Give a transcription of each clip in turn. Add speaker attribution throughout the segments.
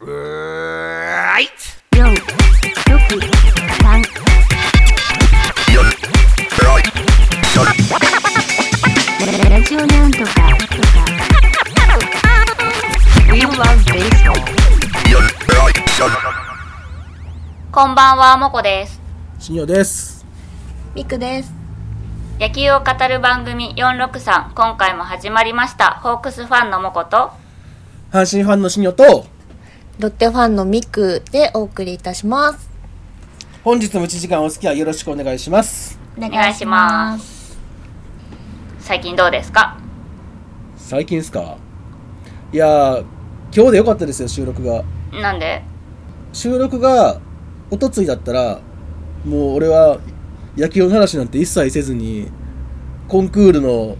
Speaker 1: うーいっ
Speaker 2: 四、六、三、ラジオなんとかとか。We love baseball.
Speaker 3: こんばんは、もこです。
Speaker 4: 新庄です。
Speaker 5: ミクです。
Speaker 3: 野球を語る番組463、今回も始まりました。ホークスファンのもこと、
Speaker 4: 阪神ファンの新庄と、
Speaker 5: ロッテファンのミクでお送りいたします。
Speaker 4: 本日も1時間お付き合いよろしくお願いします。
Speaker 5: お。
Speaker 3: お願いしますす。最近どうですか
Speaker 4: 最近ですかいやー、今日でよかったですよ、収録が。
Speaker 3: なんで
Speaker 4: 収録が、おとついだったら、もう俺は野球の話なんて一切せずに、コンクールの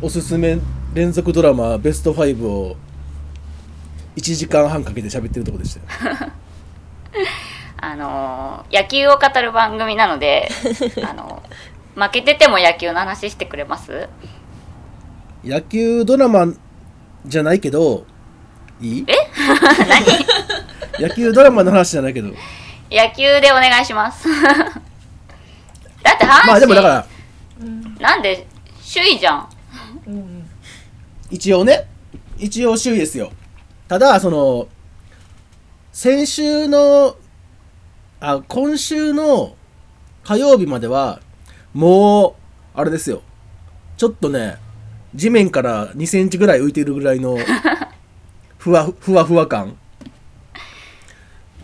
Speaker 4: おすすめ連続ドラマベスト5を1時間半かけて喋ってるとこでしたよ。
Speaker 3: あのー野球を語る番組なの で、あのー負けてても野球の話してくれます
Speaker 4: 野球ドラマじゃないけど、いいえ 何 野球ドラマの話じゃないけど。
Speaker 3: 野球でお願いします。 だって阪神、
Speaker 4: まあでもだから、
Speaker 3: なんで首位じゃん。
Speaker 4: 一応ね、一応首位ですよ。ただ、その、先週の、あ、今週の火曜日までは、もう、あれですよ。ちょっとね、地面から2センチぐらい浮いてるぐらいの、ふわ、ふわふわ感。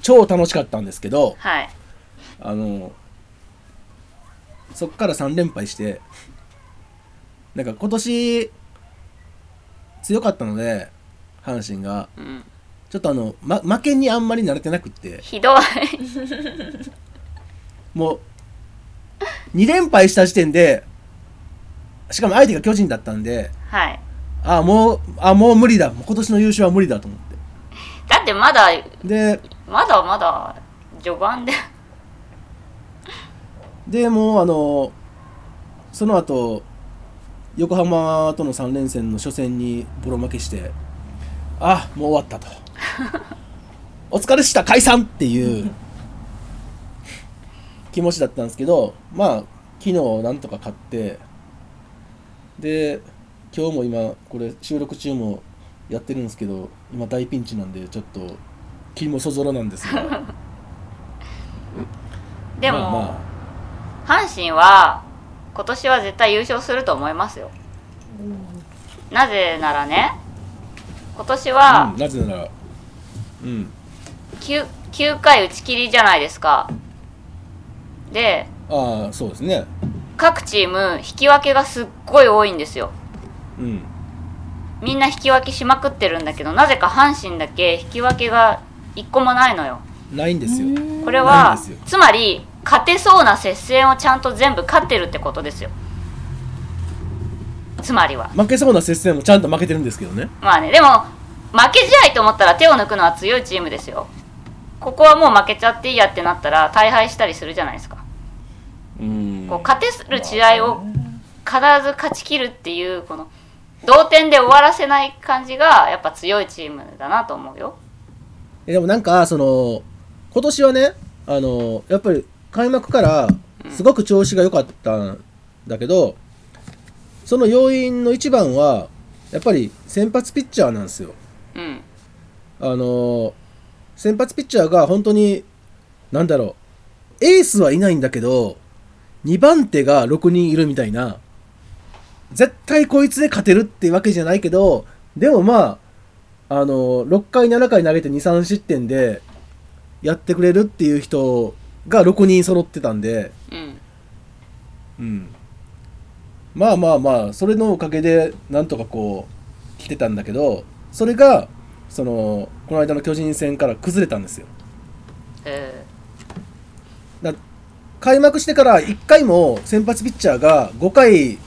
Speaker 4: 超楽しかったんですけど、
Speaker 3: はい。
Speaker 4: あのそっから3連敗してなんか今年強かったので阪神が
Speaker 3: うん、
Speaker 4: ちょっとあの、ま、負けにあんまり慣れてなくって
Speaker 3: ひどい。
Speaker 4: もう2連敗した時点でしかも相手が巨人だったんで
Speaker 3: はい。
Speaker 4: ああもうあもう無理だもう今年の優勝は無理だと思っ
Speaker 3: だってまだ
Speaker 4: てで
Speaker 3: まだまだ序盤で
Speaker 4: でもうあのその後横浜との3連戦の初戦にボロ負けしてあもう終わったと お疲れでした解散っていう気持ちだったんですけどまあ昨日なんとか勝ってで今日も今これ収録中もやってるんですけど今大ピンチなんでちょっと気もそぞろなんですが
Speaker 3: でも、
Speaker 4: まあまあ
Speaker 3: 阪神は今年は絶対優勝すると思いますよ、なぜならね今年は
Speaker 4: うんなぜなら、うん、
Speaker 3: 9, 9回打ち切りじゃないですかで
Speaker 4: ああそうですね
Speaker 3: 各チーム引き分けがすっごい多いんですよ
Speaker 4: うん
Speaker 3: みんな引き分けしまくってるんだけどなぜか阪神だけ引き分けが1個もないのよ
Speaker 4: ないんですよ
Speaker 3: これ
Speaker 4: ないん
Speaker 3: は
Speaker 4: ですよ
Speaker 3: つまり勝てそうな接戦をちゃんと全部勝ってるってことですよつまりは
Speaker 4: 負けそうな接戦もちゃんと負けてるんですけどね
Speaker 3: まあねでも負け試合と思ったら手を抜くのは強いチームですよここはもう負けちゃっていいやってなったら大敗したりするじゃないですか
Speaker 4: うん
Speaker 3: こう勝てする試合を必ず勝ち切るっていうこの同点で終わらせない感じがやっぱ強いチームだなと思うよ
Speaker 4: えでもなんかその今年はねあのやっぱり開幕からすごく調子が良かったんだけどその要因の一番はやっぱり先発ピッチャーなんですよ
Speaker 3: うん
Speaker 4: あの先発ピッチャーが本当になんだろうエースはいないんだけど2番手が6人いるみたいな絶対こいつで勝てるってわけじゃないけどでもまああの6回7回投げて23失点でやってくれるっていう人が6人揃ってたんで、
Speaker 3: うん
Speaker 4: うん、まあまあまあそれのおかげでなんとかこう来てたんだけどそれがそのこの間の巨人戦から崩れたんですよ
Speaker 3: え
Speaker 4: だ開幕してから1回も先発ピッチャーが5回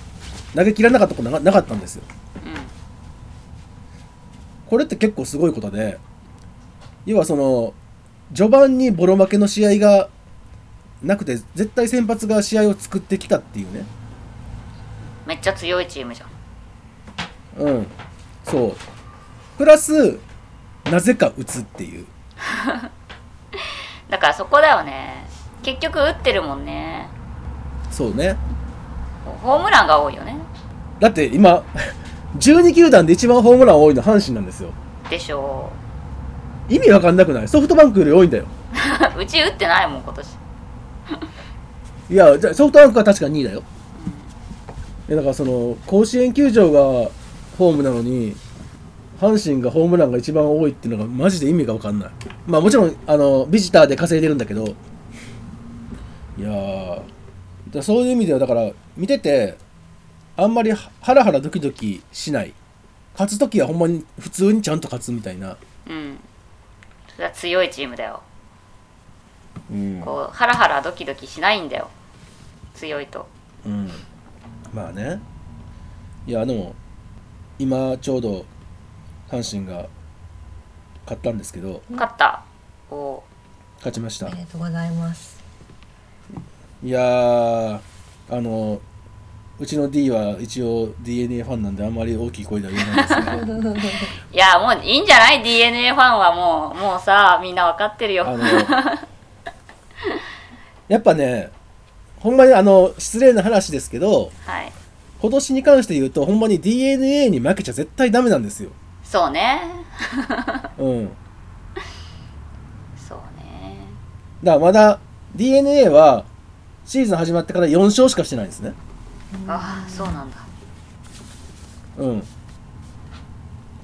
Speaker 4: 投げ切らなかったことななかったんですよ
Speaker 3: ーうん
Speaker 4: これって結構すごいことで要はその序盤にボロ負けの試合がなくて絶対先発が試合を作ってきたっていうね
Speaker 3: めっちゃ強いチームじゃん
Speaker 4: うんそうプラスなぜか打つっていう
Speaker 3: だからそこだよね結局打ってるもんね
Speaker 4: そうね
Speaker 3: ホームランが多いよね
Speaker 4: だって今 12球団で一番ホームラン多いの阪神なんですよ
Speaker 3: でしょ
Speaker 4: 意味わかんなくないソフトバンクより多いんだよ
Speaker 3: う うち打ってないもん今年
Speaker 4: いやじゃあソフトバンクは確か2位だよいやだからその甲子園球場がホームなのに阪神がホームランが一番多いっていうのがマジで意味がわかんないまあもちろんあのビジターで稼いでるんだけどいやーだからそういう意味ではだから見ててあんまりハハラハラドキドキしない勝つ時はほんまに普通にちゃんと勝つみたいな、
Speaker 3: うんそれは強いチームだよ
Speaker 4: うん
Speaker 3: こうハラハラドキドキしないんだよ強いと
Speaker 4: うん、まあねいやでも今ちょうど阪神が勝ったんですけど
Speaker 3: 勝ったお
Speaker 4: 勝ちました
Speaker 5: ありがとうございます。
Speaker 4: いやーあのうちの D は一応 DNA ファンなんであんまり大きい声では言えないんですけど
Speaker 3: いやもういいんじゃない d n a ファンはもうもうさみんなわかってるよ
Speaker 4: あのやっぱねほんまにあの失礼な話ですけど
Speaker 3: はい
Speaker 4: 今年に関して言うとほんまに DNA に負けちゃ絶対ダメなんですよ。
Speaker 3: そうね
Speaker 4: うん
Speaker 3: そうね
Speaker 4: だからまだ DNA はシーズン始まってから4勝しかしてないんですね。
Speaker 3: ああそうなんだ
Speaker 4: うん。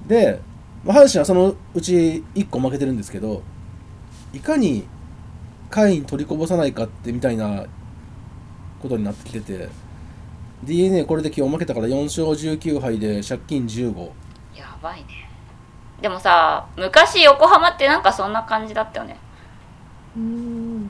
Speaker 4: で、まあ阪神はそのうち1個負けてるんですけど、いかに下位に取りこぼさないかってみたいなことになってきてて、DNA これで今日負けたから4勝19敗で借金15。
Speaker 3: やばいねでもさ昔横浜ってなんかそんな感じだったよね
Speaker 5: うん。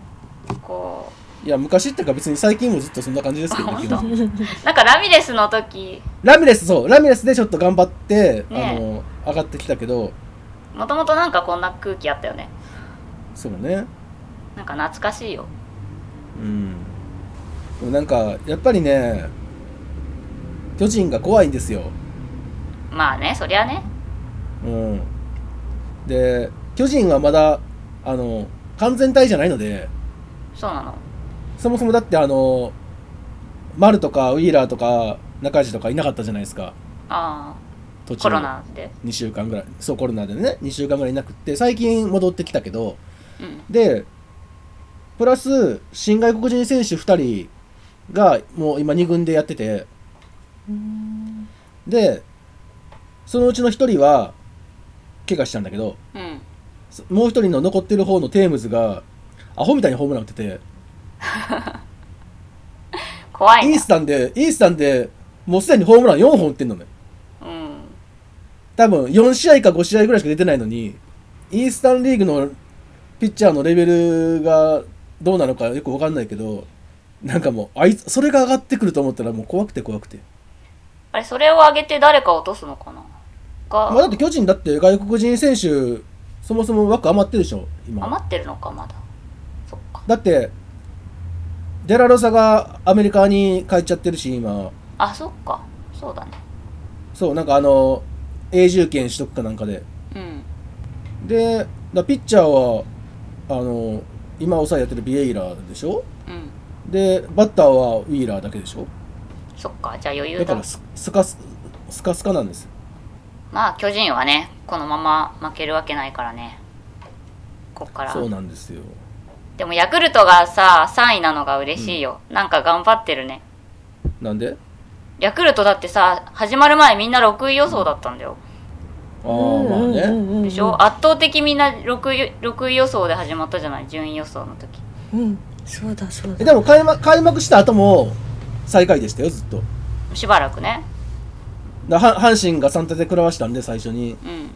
Speaker 3: こ
Speaker 4: いや、昔っていうか別に最近もずっとそんな感じですけど、
Speaker 3: あ
Speaker 4: 基
Speaker 3: 本
Speaker 4: 本
Speaker 3: うなんかラミレスの時
Speaker 4: ラミレス、そう、ラミレスでちょっと頑張って、
Speaker 3: ね
Speaker 4: あの、上がってきたけど、
Speaker 3: もともとなんかこんな空気あったよね
Speaker 4: そうね。
Speaker 3: なんか懐かしいよ
Speaker 4: うん、でもなんかやっぱりね巨人が怖いんですよ、
Speaker 3: まあねそりゃね
Speaker 4: うん、で巨人はまだあの完全体じゃないので
Speaker 3: そうなの
Speaker 4: そもそもだってあの丸とかウィーラーとか中地とかいなかったじゃないですか
Speaker 3: あ
Speaker 4: 途
Speaker 3: あ
Speaker 4: 中
Speaker 3: コロナで
Speaker 4: 2週間ぐらいそうコロナでね2週間ぐらいいなくって最近戻ってきたけど
Speaker 3: うん
Speaker 4: でプラス新外国人選手2人がもう今2軍でやってて
Speaker 5: うん。
Speaker 4: でそのうちの1人は怪我したんだけど
Speaker 3: うん
Speaker 4: そもう1人の残ってる方のテームズがアホみたいにホームラン打ってて
Speaker 3: 怖い
Speaker 4: イー
Speaker 3: ね
Speaker 4: スタンでイースタンでもうすでにホームラン4本打ってんのね
Speaker 3: うん
Speaker 4: 多分4試合か5試合ぐらいしか出てないのにイースタンリーグのピッチャーのレベルがどうなのかよく分かんないけどなんかもうあいつそれが上がってくると思ったらもう怖くて怖くて、
Speaker 3: あれそれを上げて誰か落とすのかなが、
Speaker 4: まあ、だって巨人だって外国人選手そもそも枠余ってるでしょ今
Speaker 3: 余ってるのかまだそっか
Speaker 4: だってデラロサがアメリカに帰っちゃってるし今
Speaker 3: あそっかそうだね
Speaker 4: そうなんかあの永住権取得かなんかで
Speaker 3: うん
Speaker 4: でだピッチャーはあの今抑えやってるビエイラーでしょ
Speaker 3: うん
Speaker 4: でバッターはウィーラーだけでしょ
Speaker 3: そっかじゃあ余裕
Speaker 4: だ
Speaker 3: だ
Speaker 4: からススカススカスカなんですよ
Speaker 3: まあ巨人はねこのまま負けるわけないからねこっから
Speaker 4: そうなんですよ
Speaker 3: でもヤクルトがさ3位なのが嬉しいよ、なんか頑張ってるね
Speaker 4: なんで
Speaker 3: ヤクルトだってさ始まる前みんな6位予想だったんだよ
Speaker 4: ああまあね
Speaker 5: ね
Speaker 3: でしょ、。圧倒的みんな 6, 位6位予想で始まったじゃない順位予想の時
Speaker 5: うん。そうだそう
Speaker 4: えで
Speaker 5: だ。
Speaker 4: も開幕開幕した後も最下位でしたよずっと
Speaker 3: しばらくね
Speaker 4: だは阪神が3点で食らわしたんで最初に
Speaker 3: うん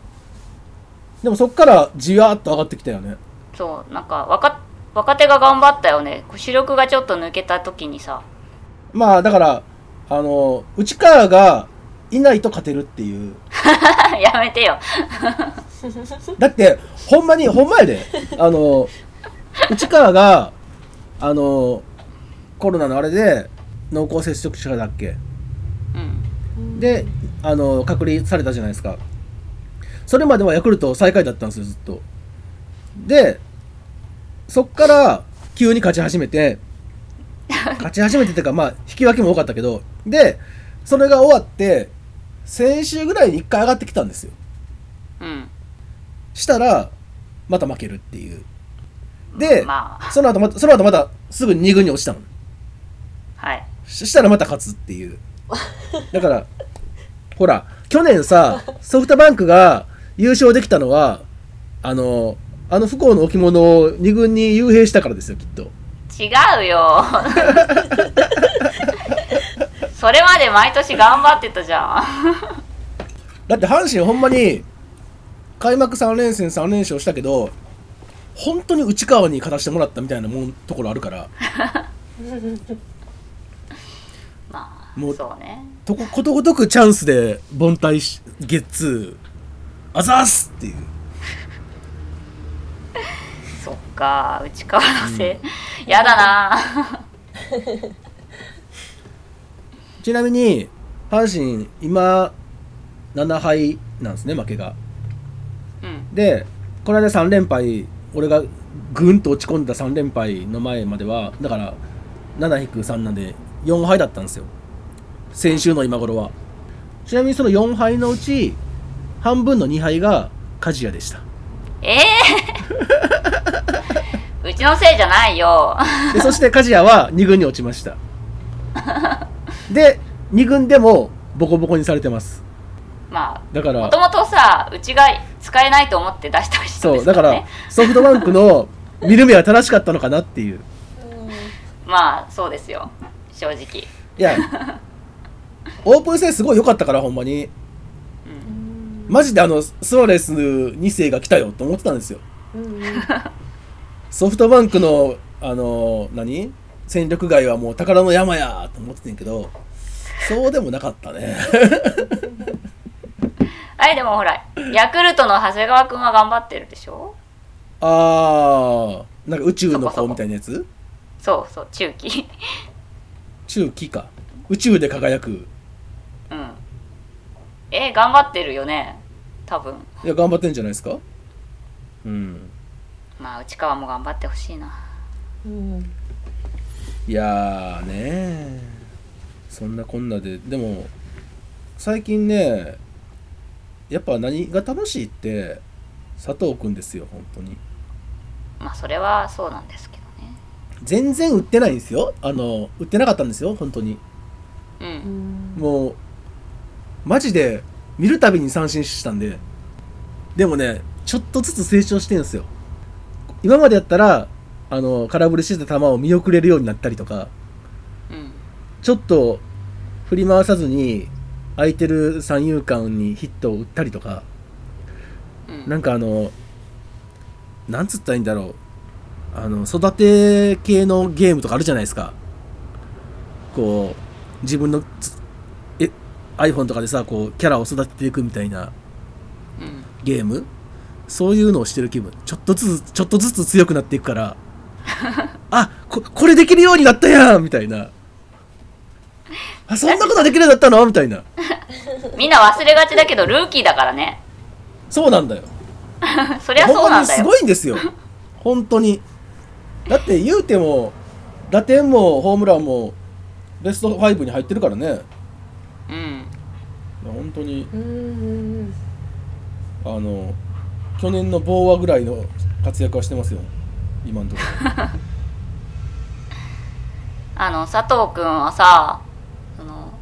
Speaker 4: でもそっからじわーっと上がってきたよね
Speaker 3: そうなんか若若手が頑張ったよねこう主力がちょっと抜けた時にさ
Speaker 4: まあだから、あの、内川がいないと勝てるっていう。
Speaker 3: やめてよ
Speaker 4: だって、ほんまに、ほんまやで。あの、内川が、あの、コロナのあれで、濃厚接触者だっけ
Speaker 3: うん
Speaker 4: で、あの、隔離されたじゃないですか。それまではヤクルト最下位だったんですよずっとでそっから急に勝ち始めて勝ち始めてっていうかまあ引き分けも多かったけどでそれが終わって先週ぐらいに1回上がってきたんですよ
Speaker 3: うん。
Speaker 4: したらまた負けるっていうで、
Speaker 3: まあ、
Speaker 4: その後またその後またすぐ2軍に落ちたの
Speaker 3: はい。
Speaker 4: ししたらまた勝つっていうだからほら去年さソフトバンクが優勝できたのはあのあの不幸の置物を2軍に幽閉したからですよきっと
Speaker 3: 違うよ。 それまで毎年頑張ってたじゃん。
Speaker 4: だって阪神ほんまに開幕3連戦3連勝したけど本当に内川に勝たせてもらったみたいなもんところあるから
Speaker 3: ま
Speaker 4: も
Speaker 3: あ、
Speaker 4: う
Speaker 3: そうね。
Speaker 4: とこことごとくチャンスで凡退しゲッツーあざーすっていう
Speaker 3: そっか、内川のせい。やだな。
Speaker 4: ちなみに阪神今7敗なんですね負けが
Speaker 3: うん。
Speaker 4: でこの間3連敗俺がぐんと落ち込んだ3連敗の前まではだから7-3なんで4敗だったんですよ先週の今頃はちなみにその4敗のうち半分の2敗が鍛冶屋でした
Speaker 3: ええうちのせいじゃないよ。
Speaker 4: でそして鍛冶屋は2軍に落ち ましたで2軍でもボコボコにされてます
Speaker 3: ま
Speaker 4: だか
Speaker 3: あ、
Speaker 4: ら
Speaker 3: もともとさ、うちが使えないと思って出した人
Speaker 4: そ
Speaker 3: で
Speaker 4: う、
Speaker 3: すか
Speaker 4: だからら
Speaker 3: ね。、
Speaker 4: ソフトバンクの見る目は正しかったのかなっていう。
Speaker 3: まあ、そうですよ。正直。
Speaker 4: いや、オープン戦すごい良かったから、ほんまに。マジであの、スアレス2世が来たよと思ってたんですよ。ソフトバンクの、あの、何戦力外はもう宝の山やと思ってたんけど、そうでもなかったね。
Speaker 3: あれでもほ ら、ヤクルトの長谷川くんは頑張ってるでしょ
Speaker 4: あー、なんか宇宙の子みたいなやつ
Speaker 3: そうそう、中期。
Speaker 4: 中期か。宇宙で輝く。
Speaker 3: うん。え、頑張ってるよね。多分。
Speaker 4: いや、頑張ってんじゃないですかうん。
Speaker 3: まあ、内川も頑張ってほしいな。
Speaker 5: うん
Speaker 4: いやーねーそんなこんなででも最近ねやっぱ何が楽しいって佐藤くんですよ本当に
Speaker 3: まあ、それはそうなんですけ
Speaker 4: 全然売ってないんですよあの売ってなかったんですよ本当に
Speaker 3: どね。う。
Speaker 5: うんん
Speaker 4: もうマジで見るたびに三振したんででもねちょっとずつ成長してるんですよ今までやったらあの空振りしてた球を見送れるようになったりとか
Speaker 3: うん。
Speaker 4: ちょっと振り回さずに空いてる三遊間にヒットを打ったりとか、
Speaker 3: うん。
Speaker 4: なんかあの、なんつったらいいんだろう、あの、育て系のゲームとかあるじゃないですか。こう、自分のつ、え、iPhone とかでさ、こう、キャラを育てていくみたいな
Speaker 3: うん
Speaker 4: ゲームそういうのをしてる気分。ちょっとずつ、ちょっとずつ強くなっていく から、あこ、これできるようになったやんみたいな。あ、そんなことできるようになったのみたいな。
Speaker 3: みんな忘れがちだけど、ルーキーだからね。
Speaker 4: そうなんだよ。
Speaker 3: そりゃそ
Speaker 4: ほ
Speaker 3: うんな
Speaker 4: まに
Speaker 3: んだ
Speaker 4: す
Speaker 3: よ。
Speaker 4: ごい んですよ。本当に。だって言うても、打点もホームランもベスト5に入ってるからね。
Speaker 3: うん。
Speaker 4: 本当に、
Speaker 5: うん
Speaker 4: あの、去年の棒和ぐらいの活躍はしてますよ。今のとこ
Speaker 3: あの、佐藤くんはさ、その、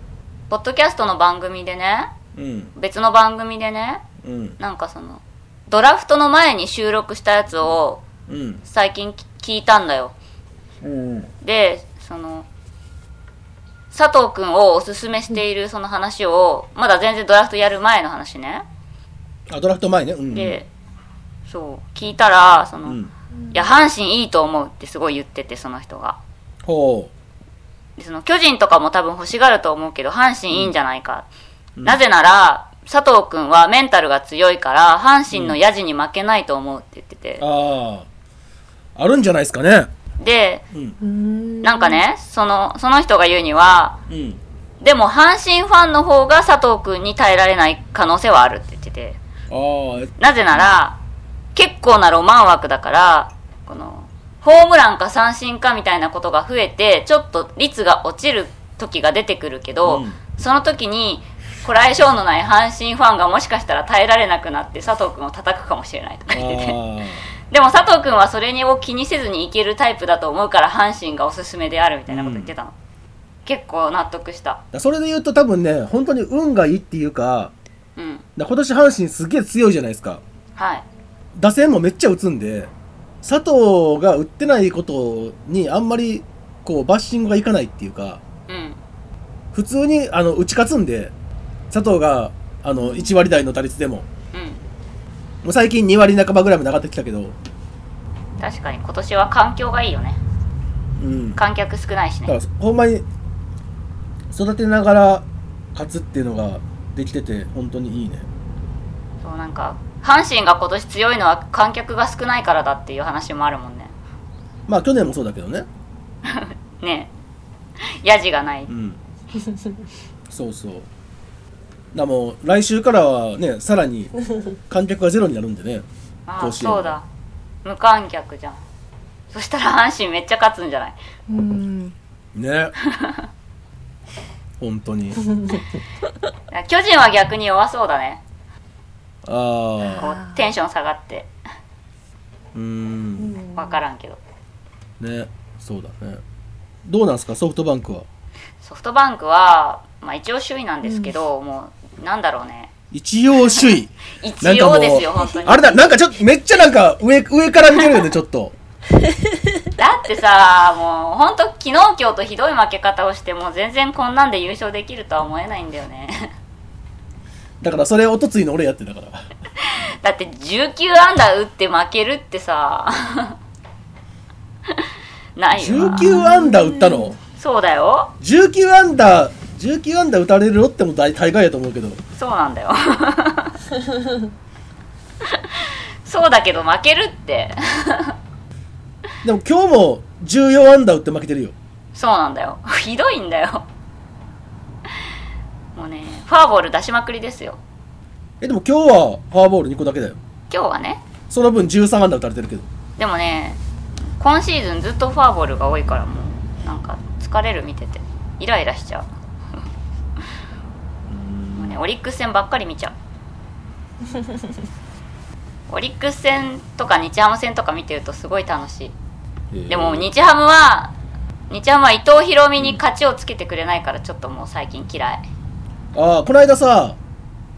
Speaker 3: ポッドキャストの番組でね、
Speaker 4: ろ。うん、
Speaker 3: 別の番組でね、
Speaker 4: うん、
Speaker 3: なんかその、ドラフトの前に収録したやつを
Speaker 4: うん、
Speaker 3: 最近き聞いたんだよ。
Speaker 4: うん。
Speaker 3: で、その、佐藤くんをおすすめしているその話を、まだ全然ドラフトやる前の話ね。
Speaker 4: あ、ドラフト前ね。うん。
Speaker 3: で、そう、聞いたら、そうの、い
Speaker 4: ん。
Speaker 3: や、阪神いいと思うってすごい言ってて、その人が。
Speaker 4: ほ
Speaker 3: でその巨人とかも多分欲しがると思うけど、阪神いいんじゃないか。
Speaker 4: うん
Speaker 3: なぜなら、佐藤くんはメンタルが強いから、阪神のヤジに負けないと思うって言ってて
Speaker 4: う。。ああ。あるんじゃないですかね。
Speaker 3: で、
Speaker 4: うん。
Speaker 5: うん
Speaker 3: なんかね、その、その人が言うには、
Speaker 4: うん。
Speaker 3: でも阪神ファンの方が佐藤くんに耐えられない可能性はあるって言ってて。
Speaker 4: ああ、
Speaker 3: なぜなら、結構なロマン枠だから、この、ホームランか三振かみたいなことが増えて、ちょっと率が落ちる時が出てくるけど、
Speaker 4: うん
Speaker 3: その時に、これ相性のない阪神ファンがもしかしたら耐えられなくなって佐藤君を叩くかもしれないとか言ってて。
Speaker 4: あ
Speaker 3: でも佐藤君はそれを気にせずにいけるタイプだと思うから阪神がおすすめであるみたいなこと言ってたの。結構納得した。
Speaker 4: あ。それで言うと多分ね、本当に運がいいっていうか、
Speaker 3: うん。
Speaker 4: だ今年阪神すげえ強いじゃないですか。
Speaker 3: はい。
Speaker 4: 打線もめっちゃ打つんで、佐藤が打ってないことにあんまりこうバッシングがいかないっていうか、
Speaker 3: うん。
Speaker 4: 普通にあの打ち勝つんで、佐藤があの1割台の打率でも、
Speaker 3: うん。
Speaker 4: もう最近2割半ばぐらいまで上がってきたけど、
Speaker 3: 確かに今年は環境がいいよね。
Speaker 4: うん。だ
Speaker 3: 観客少ないしね。
Speaker 4: からほんまに育てながら勝つっていうのができてて、本当にいいね。
Speaker 3: そうなんか阪神が今年強いのは観客が少ないからだっていう話もあるもんね
Speaker 4: まあ去年もそうだけどね。
Speaker 3: ねえヤジがない、
Speaker 4: うん。そうそう。だからもう来週からはね、さらに観客がゼロになるんでね。
Speaker 3: あ
Speaker 4: 甲
Speaker 3: あ
Speaker 4: 子園
Speaker 3: そうだ無観客じゃんそしたら阪神めっちゃ勝つんじゃない
Speaker 5: うん。
Speaker 4: ね。本当に。
Speaker 3: 巨人は逆に弱そうだね
Speaker 4: ああ。
Speaker 3: こうテンション下がって
Speaker 4: うーん。
Speaker 3: 分からんけど
Speaker 4: ね。そうだね。どうなんすか、ソフトバンクは。
Speaker 3: ソフトバンクは、まあ、一応首位なんですけど、もうなんだろうね
Speaker 4: 一応首位。
Speaker 3: 一
Speaker 4: なんかも
Speaker 3: 応
Speaker 4: う
Speaker 3: ですよ本当に
Speaker 4: あれだ、なんかちょっと、めっちゃなんか上、上から見てるよね、ちょっと。
Speaker 3: だってさもう本当昨日今日とひどい負け方をしてもう全然こんなんで優勝できるとは思えないんだよね
Speaker 4: だからそれ、おとついの俺やってたから。
Speaker 3: だって19アンダー打って負けるってさ ないよな
Speaker 4: 19アンダー打ったの
Speaker 3: そうだよ
Speaker 4: ?19 アンダー、19アンダー打たれるよっても大大概やと思うけど。
Speaker 3: そうなん だよそうだけど負けるって
Speaker 4: でも今日も14アンダー打って負けてるよ。
Speaker 3: そうなんだよ ひどいんだよもうねフォアボール出しまくりですよ
Speaker 4: え、でも今日はフォアボール2個だけだよ。
Speaker 3: 今日はね
Speaker 4: その分13アンダー打たれてるけど。
Speaker 3: でもね今シーズンずっとフォアボールが多いからもうなんか疲れる見ててイライラしちゃうもうねオリックス戦ばっかり見ちゃうオリックス戦とか日ハム戦とか見てるとすごい楽しいでも日ハムは日ハムは伊藤博美に勝ちをつけてくれないからちょっともう最近嫌い
Speaker 4: ああ、この間さ、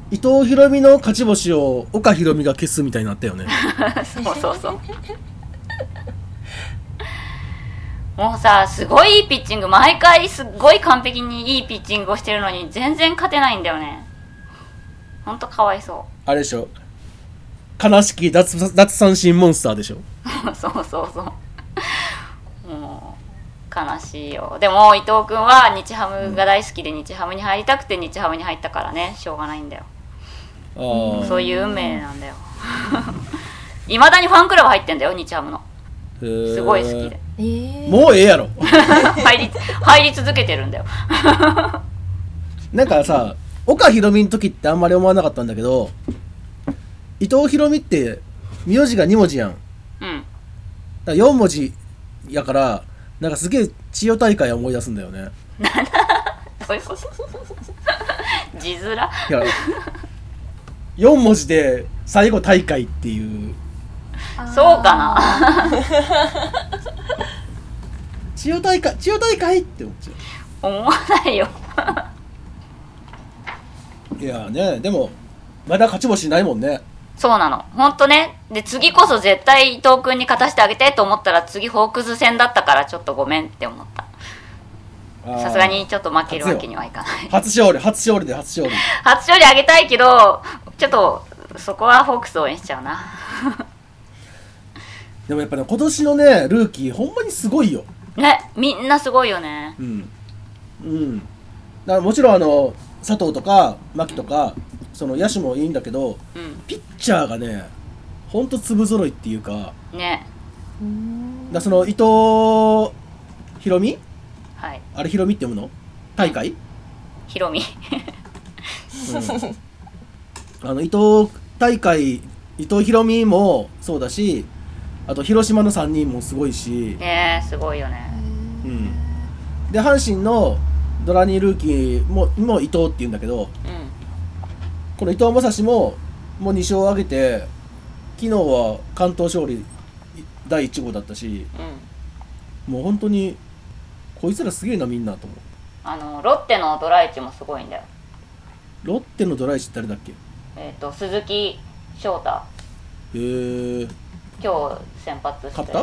Speaker 4: 伊藤博美の勝ち星を岡博美が消すみたいになったよね。
Speaker 3: そうそうそう。もうさ、すごいいいピッチング、毎回すっごい完璧にいいピッチングをしてるのに全然勝てないんだよね。ほんとかわいそ
Speaker 4: あれでしょ。悲しき脱脱三振モンスターでしょ。
Speaker 3: う。 そうそうそう。もう、悲しいよ。でも、伊藤君は日ハムが大好きで日ハムに入りたくて日ハムに入ったからね、しょうがないんだよ。
Speaker 4: ああ。
Speaker 3: そういう運命なんだよ。 いまだにファンクラブ入ってんだよ、日ハムの。す
Speaker 4: す
Speaker 3: ごい好きで。
Speaker 5: えー、
Speaker 4: もうええやろ。
Speaker 3: 入り、入り続けてるんだよ。
Speaker 4: なんかさ、岡ひろみの時ってあんまり思わなかったんだけど、伊藤ひろみって、名字が2文字やん。だか
Speaker 3: うん。
Speaker 4: ら4文字やから、なんかすげえ千代大会思い出すんだよね。
Speaker 3: そういうこと 字面
Speaker 4: いや、4文字で最後大会っていう。
Speaker 3: そうかな
Speaker 4: 千代大会、千代大会って思っちゃ
Speaker 3: 思わないよ
Speaker 4: う。いやね、でも、まだ勝ち星ないもんね。
Speaker 3: そうなのほんとねで次こそ絶対伊藤君に勝たせてあげてと思ったら次ホークズ戦だったからちょっとごめんって思った
Speaker 4: あー
Speaker 3: さすがに。ちょっと負けるわけにはいかない
Speaker 4: 初勝利、初勝利で初勝利。
Speaker 3: 初勝利あげたいけどちょっとそこはホークス応援しちゃうな
Speaker 4: でもやっぱね、今年のね、ルーキー、ほんまにすごいよ。
Speaker 3: ねみんなすごいよね
Speaker 4: うん、うん、だからもちろんあの佐藤とか牧とかその野手もいいんだけど
Speaker 3: うん
Speaker 4: ピッチャーがねほんと粒揃いっていうかだか
Speaker 3: ね
Speaker 4: らその伊藤ひろみ
Speaker 3: はい
Speaker 4: あれひろみって読むの大会、
Speaker 3: ヒロミ
Speaker 4: あの伊藤大会、伊藤博美もそうだし、あと広島の3人もすごいし、
Speaker 3: ねえすごいよね
Speaker 4: うん、で、阪神のドラニールーキーもも伊藤っていうんだけど、
Speaker 3: う
Speaker 4: この伊藤将司ももう2勝を挙げて、昨日は関東勝利第1号だったし、
Speaker 3: んうん
Speaker 4: もう本当に、こいつらすげえな、みんなと思う。
Speaker 3: あのロッテのドライチもすごいんだよ
Speaker 4: ロッテのドライチって誰だっけ
Speaker 3: えっ、と鈴木翔太
Speaker 4: えー、
Speaker 3: 今日先発して
Speaker 4: 勝った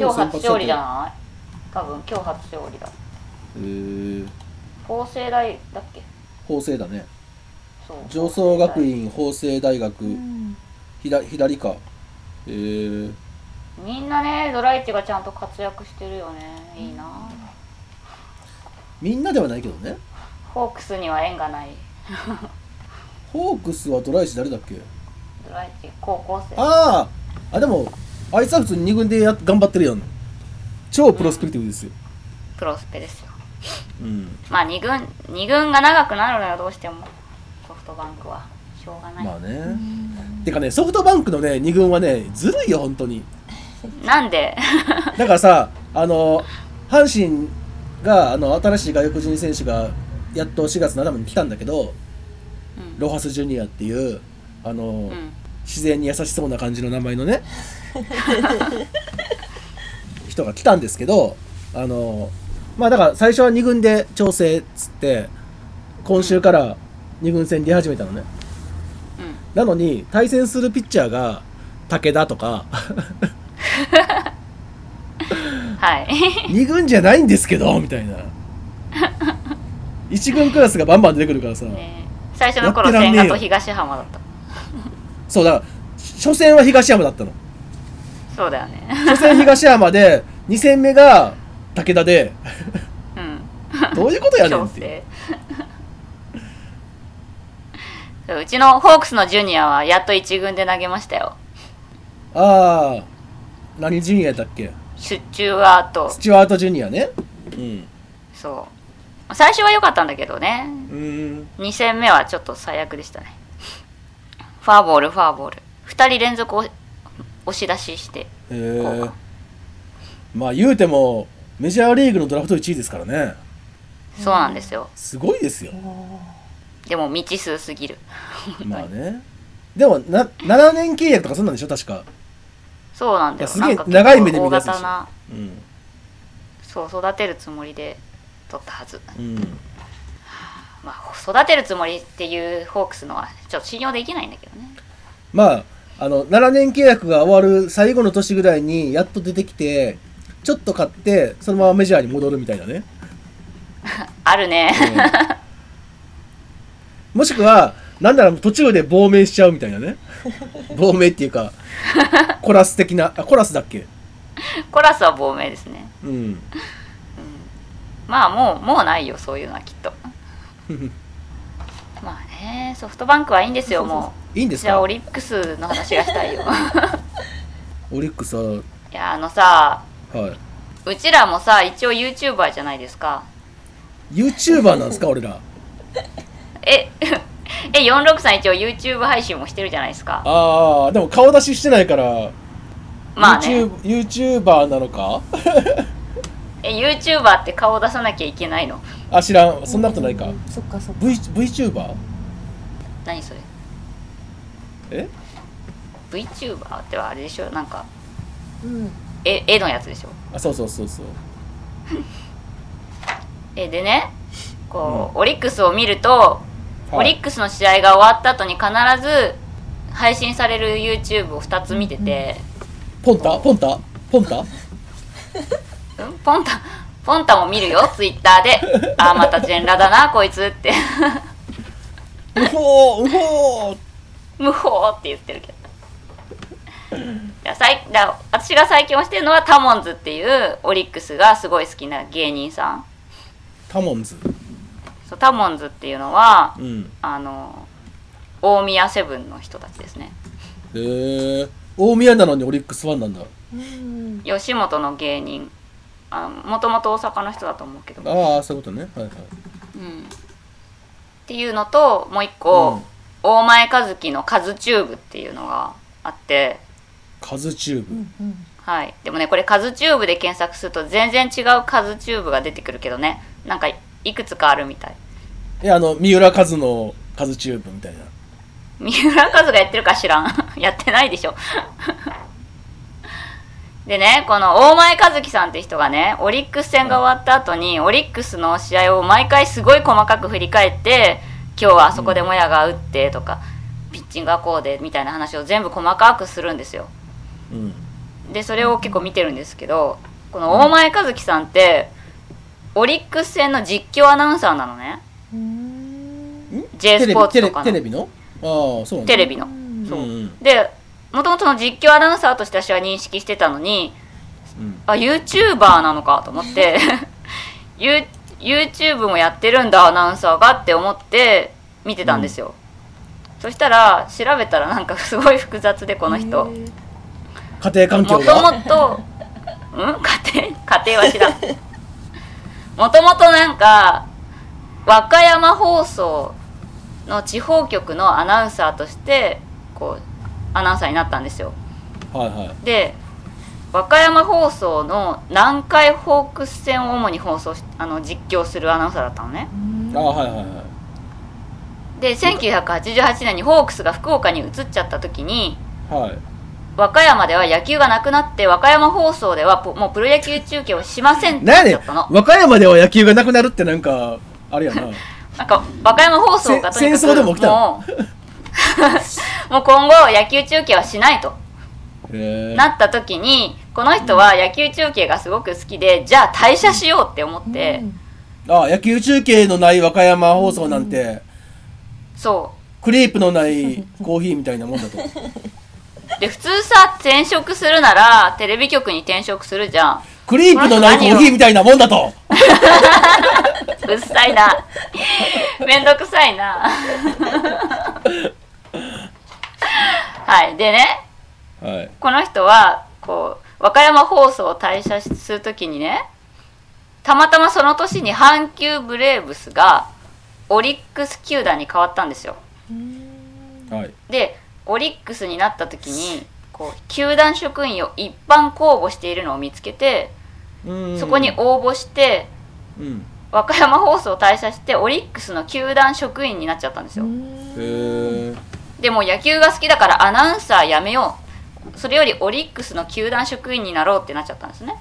Speaker 3: 今日初勝利じゃ
Speaker 4: ん。
Speaker 3: ない多分今日初勝利だ
Speaker 4: えー、
Speaker 3: 法政大だっけ
Speaker 4: 法政だね。
Speaker 3: そう
Speaker 4: 上層学院法政大学、左左かえー、
Speaker 3: みんなねドライチがちゃんと活躍してるよねいいな
Speaker 4: みんなではないけどね
Speaker 3: ホークスには縁がない
Speaker 4: ホークスはドライチ誰だっけ
Speaker 3: ドライチ高校生
Speaker 4: あーあでもあいつは普通に2軍でや頑張ってるやん超プロスペクティブですよ
Speaker 3: プロスペですよ
Speaker 4: うん
Speaker 3: まあ2軍二軍が長くなるのよどうしてもソフトバンクはしょうがない、
Speaker 4: まあねてかねソフトバンクのね2軍はねずるいよ本当に
Speaker 3: なんで
Speaker 4: だからさあの阪神があの新しい外国人選手がやっと4月の頭に来たんだけど、
Speaker 3: うん
Speaker 4: ロハス・ジュニアっていうあの、
Speaker 3: うん
Speaker 4: 自然に優しそうな感じの名前のね 人が来たんですけどあのまあだから最初は2軍で調整っつって今週から2軍戦出始めたのね
Speaker 3: うん
Speaker 4: なのに対戦するピッチャーが武田とか
Speaker 3: はい
Speaker 4: 2軍じゃないんですけどみたいな1軍クラスがバンバン出てくるからさ
Speaker 3: ね最初の頃
Speaker 4: やってら
Speaker 3: 千
Speaker 4: んねえ
Speaker 3: 賀
Speaker 4: よ
Speaker 3: と東浜だった
Speaker 4: そうだから初戦は東山 だったの
Speaker 3: そうだよね
Speaker 4: 初戦東山で2戦目が武 田で
Speaker 3: うん
Speaker 4: どういうことやねん
Speaker 3: 調
Speaker 4: っていう
Speaker 3: 整 そううちのホークスのジュニアはやっと一軍で投げましたよ
Speaker 4: ああ何ジュニアだっけ
Speaker 3: 出中はあと
Speaker 4: スチュワート・ジュニアねうん
Speaker 3: そう最初は良かったんだけどね
Speaker 4: うん
Speaker 3: 2戦目はちょっと最悪でしたねファーボールファーボール2人連続お押し出しして
Speaker 4: えー、まあ言うてもメジャーリーグのドラフト1位ですからね
Speaker 3: そうなんですよ
Speaker 4: すごいですよ
Speaker 3: でも未知数すぎる
Speaker 4: まあねでもな7年契約とかそんなんでしょ確か
Speaker 3: そうなんだよ
Speaker 4: いやすげえ
Speaker 3: なんか
Speaker 4: 長い目で見るや
Speaker 3: 結
Speaker 4: つ
Speaker 3: 構大
Speaker 4: で
Speaker 3: 型
Speaker 4: しょ
Speaker 3: な
Speaker 4: うん
Speaker 3: そう育てるつもりで取ったはず
Speaker 4: うん
Speaker 3: まあ育てるつもりっていうホークスのはちょっと信用できないんだけどね
Speaker 4: まああの7年契約が終わる最後の年ぐらいにやっと出てきてちょっと買ってそのままメジャーに戻るみたいなね
Speaker 3: あるね、
Speaker 4: もしくは、なんなら途中で亡命しちゃうみたいなね。亡命っていうか、コラス的な、あ、コラスだっけ
Speaker 3: コラスは亡命ですね
Speaker 4: うん。
Speaker 3: まあもうもうないよそういうのはきっとまあねソフトバンクはいいんですよも
Speaker 4: いいん
Speaker 3: う
Speaker 4: です
Speaker 3: じゃあ
Speaker 4: か
Speaker 3: オ
Speaker 4: オリ
Speaker 3: リックスの話がしたい よ
Speaker 4: ックスは、
Speaker 3: いやあのさ
Speaker 4: は
Speaker 3: うちらもさ一応 YouTuber じゃないですか
Speaker 4: い。YouTuber なんですか、俺ら。
Speaker 3: え え46さん一応 YouTube 配信もしてるじゃないですか
Speaker 4: あー、でも顔出ししてないから、
Speaker 3: まあね
Speaker 4: YouTube、YouTuber なのか
Speaker 3: え YouTuber って顔を出さなきゃいけないの
Speaker 4: あ、知らん。そんなことないか
Speaker 5: う。んそっかそっか
Speaker 4: v、VTuber?
Speaker 3: 何それ
Speaker 4: え
Speaker 3: VTuber ってはあれでしょなんか
Speaker 5: うん
Speaker 3: 絵絵のやつでしょ
Speaker 4: あ、そうそうそうそう。
Speaker 3: えでねこう、オリックスを見るとオリックスの試合が終わった後に必ず配信される YouTube を2つ見てて、
Speaker 4: ポンタポンタポンタ
Speaker 3: うん、ポンタポンタも見る よ Twitter でああまたジェンラだ なこいつって
Speaker 4: うほーうほー
Speaker 3: 無法って言ってるけどいや最だ私が最近推してるのはタモンズっていうオリックスがすごい好きな芸人さん
Speaker 4: タモンズ。
Speaker 3: そうタモンズっていうのは
Speaker 4: うん。
Speaker 3: あの大宮セブンの人たちですね
Speaker 4: えー、大宮なのにオリックスファンなんだ。
Speaker 5: うん
Speaker 3: 吉本の芸人あもともと大阪の人だと思うけど、
Speaker 4: ああ、そういうことね。はいはい。
Speaker 3: うん、っていうのともう一個、
Speaker 4: うん
Speaker 3: 大前和樹のカズチューブっていうのがあって、
Speaker 4: カズチューブ、
Speaker 3: はい。でもね、これカズチューブで検索すると全然違うカズチューブが出てくるけどね。なんか、いくつかあるみたい。
Speaker 4: えあの三浦和のカズチューブみたいな
Speaker 3: 三浦和がやってるか知らん やってないでしょでねこの大前和樹さんって人がねオリックス戦が終わった後にオリックスの試合を毎回すごい細かく振り返って今日はあそこでモヤが打ってとか、ピッチングがこうでみたいな話を全部細かくするんですよ
Speaker 4: うん
Speaker 3: でそれを結構見てるんですけどこの大前和樹さんってオリックス戦の実況アナウンサーなのね J
Speaker 4: テ
Speaker 3: ス
Speaker 4: レ
Speaker 3: ポー
Speaker 4: ビ
Speaker 3: ツ
Speaker 4: テ
Speaker 3: と
Speaker 4: レ
Speaker 3: かの
Speaker 4: テレビのああそうなんだ
Speaker 3: テレビの
Speaker 4: うんうんうん
Speaker 3: でもともとの実況アナウンサーとして私は認識してたのに
Speaker 4: うん
Speaker 3: あ YouTuber なのかと思って You- YouTube もやってるんだアナウンサーがって思って見てたんですよ、そしたら調べたらなんかすごい複雑でこの人も
Speaker 4: 家庭環
Speaker 3: と
Speaker 4: 境
Speaker 3: も
Speaker 4: が
Speaker 3: とうん家庭家庭は知らんもともとなんか和歌山放送の地方局のアナウンサーとしてこうアナウンサーになったんですよ
Speaker 4: はいはい
Speaker 3: で和歌山放送の南海ホークス戦を主に放送しあの実況するアナウンサーだったのね
Speaker 4: ああはいはいはい
Speaker 3: で1988年にホークスが福岡に移っちゃった時に
Speaker 4: はい
Speaker 3: 和歌山では野球がなくなって和歌山放送ではポもうプロ野球中継をしませんってなっ
Speaker 4: 何
Speaker 3: ち
Speaker 4: や
Speaker 3: ゃ
Speaker 4: ね
Speaker 3: った
Speaker 4: ん
Speaker 3: の
Speaker 4: 和歌山では野球がなくなるってなんかあれ やな
Speaker 3: なんか和歌山放送がと
Speaker 4: せ
Speaker 3: にかく
Speaker 4: 戦争でも起きたの
Speaker 3: もう もう今後野球中継はしないと
Speaker 4: へえ
Speaker 3: なった時にこの人は野球中継がすごく好きでじゃあ退社しようって思って、
Speaker 4: ああ野球中継のない和歌山放送なんて
Speaker 3: そう
Speaker 4: クレープのないコーヒーみたいなも んだと
Speaker 3: で普通さ転職するならテレビ局に転職するじゃん
Speaker 4: クレープのないコーヒーみたいなもんだと
Speaker 3: うっさいな めんどくさいな はいでね
Speaker 4: はい
Speaker 3: この人はこう和歌山放送を退社するときにねたまたまその年に阪急ブレーブスがオリックス球団に変わったんですよ
Speaker 4: はい
Speaker 3: でオリックスになった時にこう球団職員を一般公募しているのを見つけてそこに応募して
Speaker 4: うん
Speaker 3: 和歌山放送を退社してオリックスの球団職員になっちゃったんですよ
Speaker 4: へえ
Speaker 3: でもう野球が好きだからアナウンサーやめようそれよりオリックスの球団職員になろうってなっちゃったんですね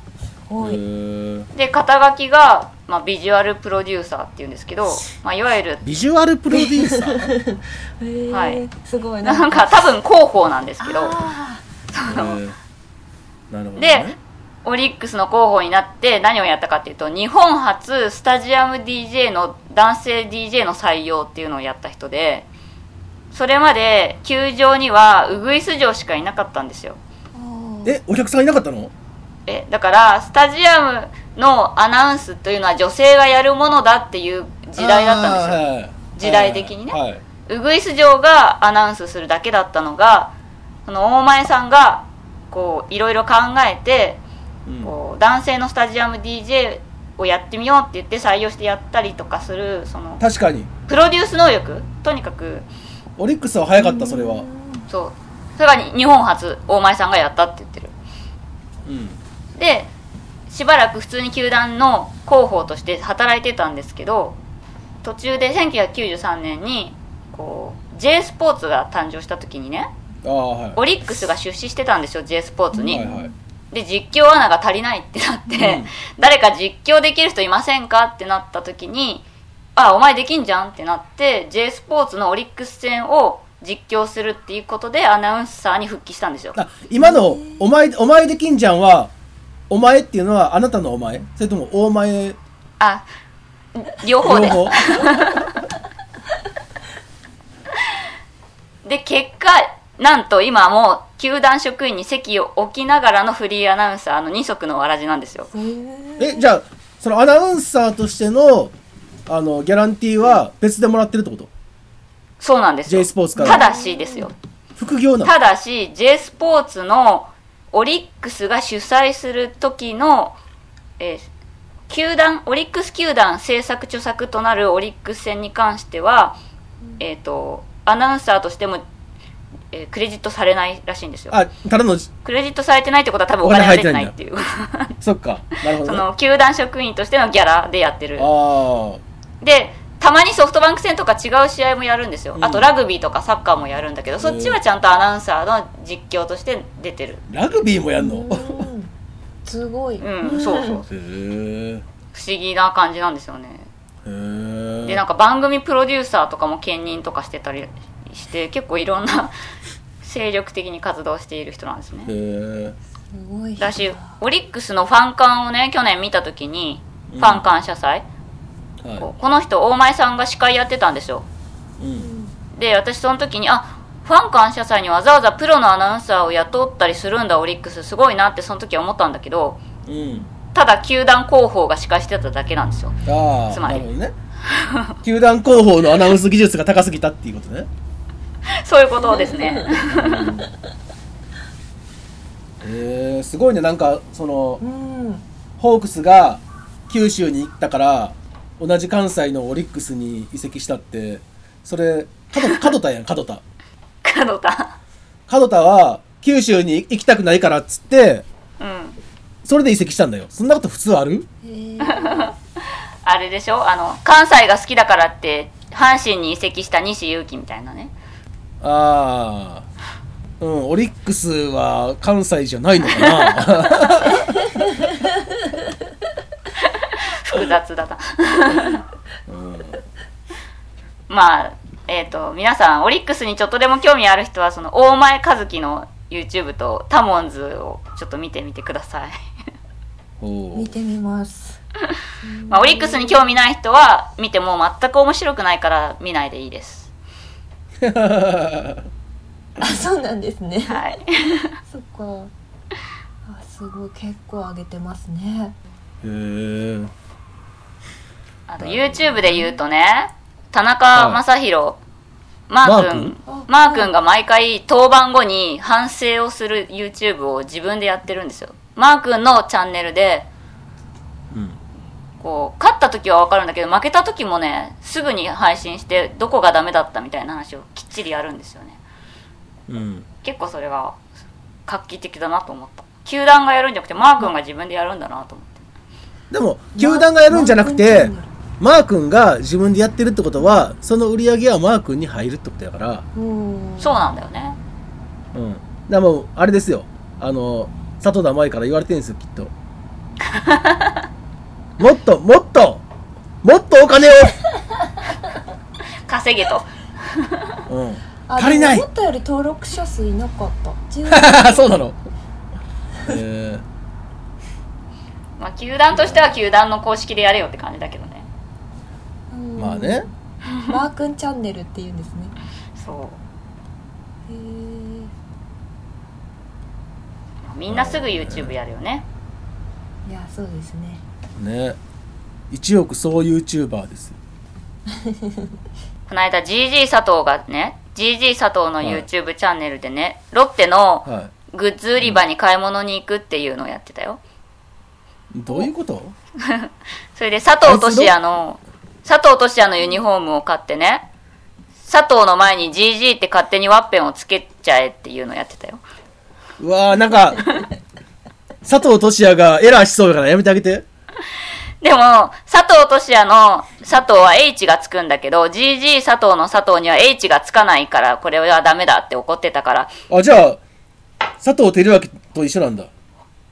Speaker 4: へー
Speaker 3: で肩書きが、まあ、ビジュアルプロデューサーっていうんですけど、まあ、いわゆる
Speaker 4: ビジュアルプロデューサー
Speaker 3: はい
Speaker 6: すごい
Speaker 3: なんか多分広報なんですけど
Speaker 4: へーなるほ
Speaker 3: で
Speaker 4: どね、
Speaker 3: オリックスの候補になって何をやったかっていうと日本初スタジアム DJ の男性 DJ の採用っていうのをやった人でそれまで球場にはウグイス嬢しかいなかったんですよ
Speaker 4: えお客さんいなかったの
Speaker 3: えだからスタジアムのアナウンスというのは女性がやるものだっていう時代だったんですよ
Speaker 4: んですよ
Speaker 3: 時代的にね
Speaker 4: はいはい
Speaker 3: ウグイス嬢がアナウンスするだけだったのがその大前さんがこういろいろ考えて
Speaker 4: うん
Speaker 3: こう男性のスタジアム DJ をやってみようって言って採用してやったりとかするその
Speaker 4: 確かに
Speaker 3: プロデュース能力とにかく
Speaker 4: オリックスは早かったそれは
Speaker 3: そうそれがに日本初大前さんがやったって言ってる
Speaker 4: うん
Speaker 3: でしばらく普通に球団の広報として働いてたんですけど途中で1993年にこう J スポーツが誕生した時にね
Speaker 4: ああはい
Speaker 3: オリックスが出資してたんですよ J スポーツに、
Speaker 4: はいはい
Speaker 3: で実況アナが足りないってなって、
Speaker 4: うん
Speaker 3: 誰か実況できる人いませんかってなった時にあお前できんじゃんってなって J スポーツのオリックス戦を実況するっていうことでアナウンサーに復帰したんですよ
Speaker 4: あ今のお前お前で金ちゃんはお前っていうのはあなたのお前それとも大前
Speaker 3: あ両
Speaker 4: 両
Speaker 3: 方です
Speaker 4: 方
Speaker 3: で結果なんと今もう球団職員に席を置きながらのフリーアナウンサーの二足のわらじなんですよ
Speaker 4: えじゃあそのアナウンサーとしてのあのギャランティーは別でもらってるってこと
Speaker 3: そうなんですよ
Speaker 4: J スポーツから
Speaker 3: ただしですよ
Speaker 4: 副業なの
Speaker 3: ただし J スポーツのオリックスが主催する時の、えー球団オリックス球団制作著作となるオリックス戦に関しては、えー、とアナウンサーとしても、えークレジットされないらしいんですよ
Speaker 4: あただの
Speaker 3: クレジットされてないってことは多分
Speaker 4: お
Speaker 3: お
Speaker 4: 金
Speaker 3: 金が
Speaker 4: 入
Speaker 3: 出
Speaker 4: って
Speaker 3: て
Speaker 4: な
Speaker 3: ないい
Speaker 4: ん
Speaker 3: っ
Speaker 4: だ
Speaker 3: ていう
Speaker 4: そっかなるほ
Speaker 3: そ
Speaker 4: ど、ね、あ
Speaker 3: の球団職員としてのギャラでやってる
Speaker 4: あ
Speaker 3: でたまにソフトバンク戦とか違う試合もやるんですよ、
Speaker 4: うん
Speaker 3: あとラグビーとかサッカーもやるんだけどそっちはちゃんとアナウンサーの実況として出てる
Speaker 4: ラグビーもやんの
Speaker 5: うんすごい。
Speaker 3: うんそうそう
Speaker 4: へえ
Speaker 3: 不思議な感じなんですよね
Speaker 4: へ
Speaker 3: で
Speaker 4: え
Speaker 3: なんか番組プロデューサーとかも兼任とかしてたりして結構いろん な精力的に活動している人なんですね
Speaker 4: へ
Speaker 5: すごい。
Speaker 3: だしオリックスのファン感をね去年見た時にファン感謝祭、
Speaker 4: えはい
Speaker 3: こうこの人大前さんが司会やってたんですよ
Speaker 4: うん
Speaker 3: で私その時にあファン感謝祭にわざわざプロのアナウンサーを雇ったりするんだオリックスすごいなってその時は思ったんだけど
Speaker 4: うん
Speaker 3: ただ球団広報が司会してただけなん ですよ
Speaker 4: ああ
Speaker 3: つま
Speaker 4: な
Speaker 3: り
Speaker 4: るほどね球団広報のアナウンス技術が高すぎたっていうことね
Speaker 3: そういうことですね
Speaker 4: へえすごいねなんかその
Speaker 5: うん。
Speaker 4: ホークスが九州に行ったから同じ関西のオリックスに移籍したってそれ角角 田やん角田
Speaker 3: 角田
Speaker 4: 角田は九州に行きたくないからっつって
Speaker 3: うん
Speaker 4: それで移籍したんだよそんなこと普通ある
Speaker 5: へー
Speaker 3: あれでしょあの関西が好きだからって阪神に移籍した西勇輝みたいなね
Speaker 4: ああうんオリックスは関西じゃないのかな
Speaker 3: 複雑だな、 まあえっ、と皆さんオリックスにちょっとでも興味ある人はその大前和樹の YouTube とタモンズをちょっと見てみてください、
Speaker 4: お
Speaker 5: 見
Speaker 4: う
Speaker 5: てみ ます。
Speaker 3: まあ、オリックスに興味ない人は見ても全く面白くないから見ないでいいです
Speaker 5: あ、そうなんです ね。
Speaker 3: はい
Speaker 5: そっか。あ、すごい結構上げてますね。
Speaker 4: へえ
Speaker 3: あと YouTube で言うとね田中将大マー君
Speaker 5: マー君
Speaker 3: マー君が毎回登板後に反省をする YouTube を自分でやってるんですよマー君のチャンネルで
Speaker 4: うん
Speaker 3: こう勝った時は分かるんだけど負けた時もねすぐに配信してどこがダメだったみたいな話をきっちりやるんですよね
Speaker 4: うん
Speaker 3: 結構それが画期的だなと思った球団がやるんじゃなくてマー君が自分でやるんだなと思って
Speaker 4: でも球団がやるんじゃなくてマー君が自分でやってるってことはその売り上げはマー君に入るってことやから
Speaker 5: うん。
Speaker 3: そうなんだよね
Speaker 4: うんでもうあれですよあの佐藤田舞から言われてるんですよきっ ともっともっともっとお金を、
Speaker 3: 稼げと
Speaker 4: うん、
Speaker 5: あ
Speaker 4: 足りない
Speaker 5: でも思ったより登録者数いなかった。10
Speaker 4: そうなのえー
Speaker 3: まあ球団としては球団の公式でやれよって感じだけどね
Speaker 5: うん
Speaker 4: まあね。
Speaker 5: マー君チャンネルって言うんですね。
Speaker 3: そう
Speaker 5: へー
Speaker 3: みんなすぐ YouTube やるよね
Speaker 5: いや、そうですね。
Speaker 4: ね一億総 YouTuber です
Speaker 3: この間 GG 佐藤がね GG 佐藤の
Speaker 4: い
Speaker 3: YouTube チャンネルでね、ロッテの
Speaker 4: は
Speaker 3: グッズ売り場に買い物に行くっていうのをやってたよ
Speaker 4: いどういうこと
Speaker 3: それで佐藤俊也の佐藤俊也のユニフォームを買ってね佐藤の前に GG って勝手にワッペンをつけちゃえっていうのをやってたよ
Speaker 4: うわーなんか佐藤俊也がエラーしそうやからやめてあげて
Speaker 3: でも佐藤俊也の佐藤は H がつくんだけど GG 佐藤の佐藤には H がつかないからこれはダメだって怒ってたから
Speaker 4: あじゃあ佐藤輝明と一緒なんだ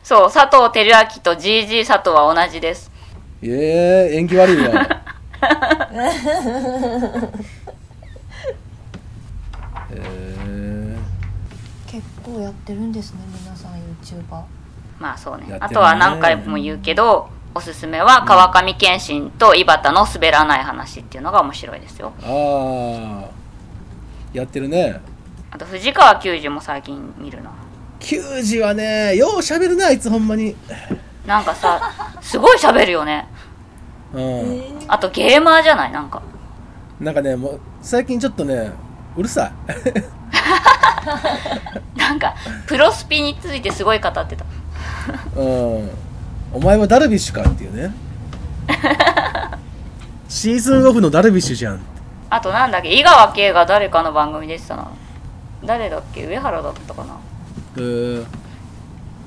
Speaker 3: そう佐藤輝明と GG 佐藤は同じです
Speaker 4: ええ縁起悪いわ え
Speaker 5: 結構やってるんですね、皆さん YouTuber。
Speaker 3: まあそうね
Speaker 4: やってるね
Speaker 3: あとは何回も言うけどおすすめは川上謙信と井端の滑らない話っていうのが面白いですよ
Speaker 4: ー、ああやってるね
Speaker 3: あと藤川球児も最近見るな
Speaker 4: 球児はねよう喋るなあいつほんまに
Speaker 3: なんかさ すごい喋るよね
Speaker 4: うん、
Speaker 3: あとゲーマーじゃないなんか
Speaker 4: なんかねもう最近ちょっとねうるさい
Speaker 3: なんかプロスピについてすごい語ってた
Speaker 4: うんお前はダルビッシュかっていうねシーズンオフのダルビッシュじゃん
Speaker 3: あとなんだっけ井川圭が誰かの番組出てたな誰だっけ上原だったかな
Speaker 4: えー